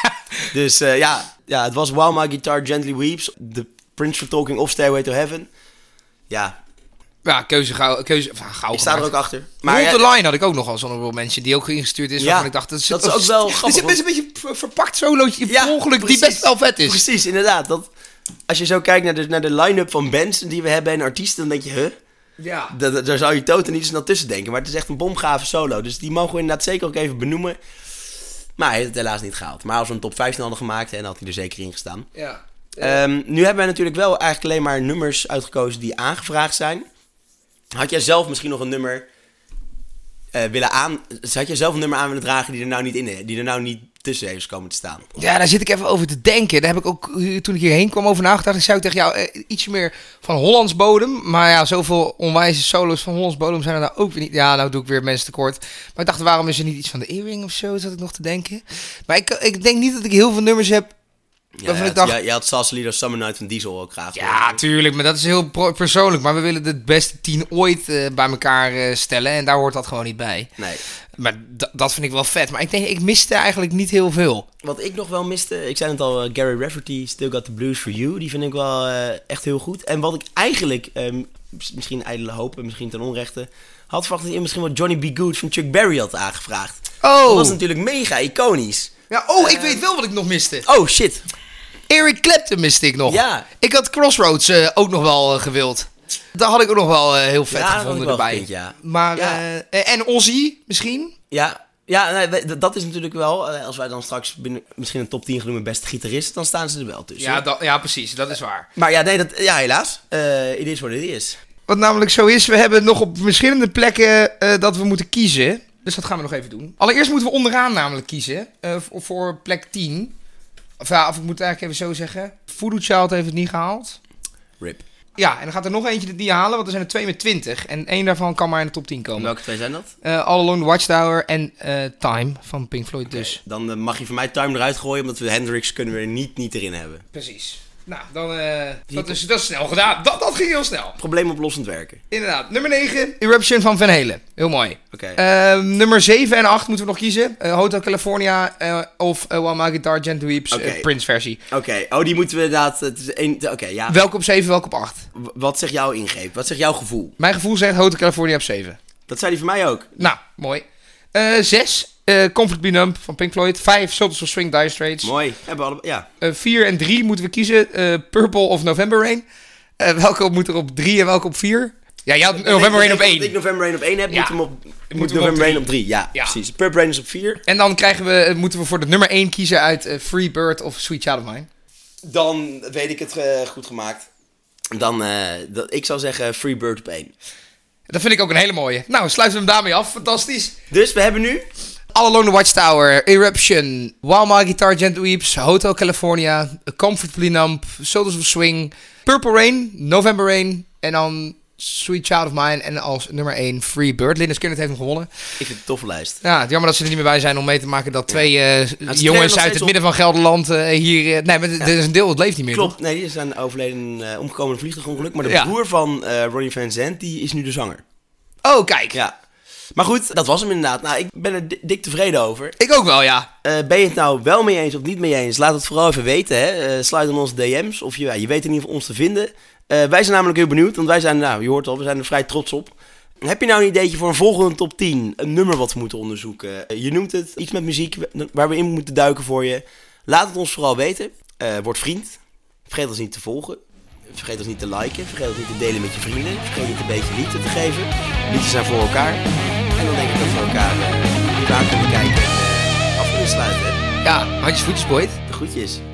doen. dus eh, ja, ja, het was Wow My Guitar Gently Weeps. The Prince for Talking of Stairway to Heaven. Ja, Ja, keuze gauw. Keuze, enfin, gauw ik sta er gemaakt. ook achter. Maar ja, Hold the Line had ik ook nog als honorable mention. Die ook ingestuurd is. Ja, waarvan ik dacht, dat is, dat is ook wel Er grappig, zit best een beetje ver- verpakt solootje Ja, per ongeluk. Die precies. best wel vet is. Precies, inderdaad. Dat, als je zo kijkt naar de, naar de line-up van bands die we hebben en artiesten, dan denk je, huh? Ja. Da- da- daar zou je Toten niet zo snel tussen denken. Maar het is echt een bomgave solo. Dus die mogen we inderdaad zeker ook even benoemen. Maar hij heeft het helaas niet gehaald. Maar als we een top 15 hadden gemaakt, hè, dan had hij er zeker in gestaan. ja. Ehm, nu hebben wij natuurlijk wel eigenlijk alleen maar nummers uitgekozen die aangevraagd zijn. Had jij zelf misschien nog een nummer eh, eh, willen aan... Ze had jij zelf een nummer aan willen dragen die er nou niet in die er nou niet tussen heeft komen te staan. Ja, daar zit ik even over te denken. Daar heb ik ook, eh, toen ik hierheen kwam over nagedacht, ik zei ook tegen jou, eh, ietsje meer van Hollands bodem. Maar ja, zoveel onwijze solo's van Hollands bodem zijn er nou ook weer niet. Ja, nou doe ik weer mensen tekort. Maar ik dacht, waarom is er niet iets van de Earring of zo, zat ik nog te denken. Maar ik, ik denk niet dat ik heel veel nummers heb Ja, waarvan je ik dacht, had, jij- jij had Salsalido Summer Night van Diesel ook graag. Ja, tuurlijk, maar dat is heel pro- persoonlijk. Maar we willen de beste tien ooit eh, bij elkaar eh, stellen en daar hoort dat gewoon niet bij. Nee. Maar da- dat vind ik wel vet. Maar ik denk, ik miste eigenlijk niet heel veel. Wat ik nog wel miste, ik zei het al, eh, Gary Rafferty, Still Got The Blues For You. Die vind ik wel eh, echt heel goed. En wat ik eigenlijk, eh, mis- misschien ijdele hoop en misschien ten onrechte, had verwacht dat je misschien wel Johnny B. Good van Chuck Berry had aangevraagd. Oh. Dat was natuurlijk mega iconisch. Ja, oh, ik weet wel wat ik nog miste. Oh shit. Eric Clapton miste ik nog. Ja. Ik had Crossroads eh, ook nog wel eh, gewild. Daar had ik ook nog wel eh, heel vet Ja, dat had gevonden ik wel erbij. gekund, ja. Maar, Ja. eh, eh, en Ozzy misschien? Ja, ja nee, we- d- dat is natuurlijk wel, eh, als wij dan straks binnen, misschien een top 10 genoemde beste gitarist, dan staan ze er wel tussen. Ja, ja, precies, dat is waar. Maar ja, nee, dat, ja helaas. Eh, Het is wat het is. Wat namelijk zo is, we hebben nog op verschillende plekken eh, dat we moeten kiezen. Dus dat gaan we nog even doen. Allereerst moeten we onderaan namelijk kiezen eh, voor, voor plek 10. Of, ja, of ik moet het eigenlijk even zo zeggen. Voodoo Child heeft het niet gehaald. Rip. Ja, en dan gaat er nog eentje die halen, want er zijn er twee met 20. En één daarvan kan maar in de top 10 komen. Welke twee zijn dat? Eh All Along the Watchtower en eh, Time van Pink Floyd dus. Dan eh, mag je van mij Time eruit gooien, omdat we Hendrix kunnen we er niet, niet erin hebben. Precies. Nou, dan, eh, dat, is, dat is snel gedaan. Dat, dat ging heel snel. Probleemoplossend werken. Inderdaad. Nummer 9, Eruption van Van Halen. Heel mooi. Oké. Ehm, nummer 7 en 8 moeten we nog kiezen. Eh, Hotel California eh, of eh, While My Guitar Gently Weeps, eh, Oké. Prince versie. Oké, oh, die moeten we inderdaad. het is één- Oké, ja. Welke op 7, welke op 8? W- Wat zegt jouw ingreep? Wat zegt jouw gevoel? Mijn gevoel zegt Hotel California op 7. Dat zei die van mij ook. Nou, mooi. 6, eh Comfort Be Numb van Pink Floyd. 5, Sultans of Swing, Dire Straits. Mooi. Hebben we alle... Ja. 4 en 3 moeten we kiezen. eh, Purple of November Rain. Eh, welke moet er op 3 en welke op 4? Ja, jij had November Rain op Als ik 1. November Rain op 1 heb, Ja. moet, hem op, moet hem op November Rain drie. op 3. Ja, Ja. precies. Purple Rain is op 4. En dan krijgen we, eh, moeten we voor de nummer 1 kiezen uit eh, Free Bird of Sweet Child of Mine. Dan weet ik het eh, goed gemaakt. Dan, eh, dat, ik zou zeggen Free Bird op 1. Dat vind ik ook een hele mooie. Nou, sluiten we hem daarmee af. Fantastisch. Dus we hebben nu... All Alone the Watchtower, Eruption, While My Guitar Gently Weeps, Hotel California, A Comfortably Numb, Soldiers of Swing, Purple Rain, November Rain en dan Sweet Child of Mine en als nummer 1 Free Bird. Linus Kenneth heeft hem gewonnen. Ik vind het een toffe lijst. Ja, het jammer dat ze er niet meer bij zijn om mee te maken dat twee eh, trainen nog jongens uit steeds het op. midden van Gelderland eh, hier... eh, nee, maar er is een deel, het leeft niet meer. Klopt. Nee, die zijn overleden, eh omgekomen in een vliegtuigongeluk. Maar de Ja. broer van eh, Ronnie Van Zandt, die is nu de zanger. toch? Oh, kijk. Ja. Maar goed, dat was hem inderdaad. Nou, ik ben er di- dik tevreden over. Ik ook wel, ja. Eh, ben je het nou wel mee eens of niet mee eens? Laat het vooral even weten. Hè? Eh, sluit in onze DM's. Of je, ja, je weet in ieder geval ons te vinden. Eh, wij zijn namelijk heel benieuwd. Want wij zijn, nou, je hoort al, we zijn er vrij trots op. Heb je nou een ideetje voor een volgende top 10? Een nummer wat we moeten onderzoeken? Eh, Je noemt het iets met muziek waar we in moeten duiken voor je. Laat het ons vooral weten. Eh, word vriend. Vergeet ons niet te volgen. Vergeet ons niet te liken. Vergeet ons niet te delen met je vrienden. Vergeet niet een beetje liefde te geven. Liedjes zijn voor elkaar. En dan denk ik dat we elkaar eh, goed aan kunnen kijken. En, eh, af kunnen sluiten. Ja, handjes voetjes, boy. De groetjes.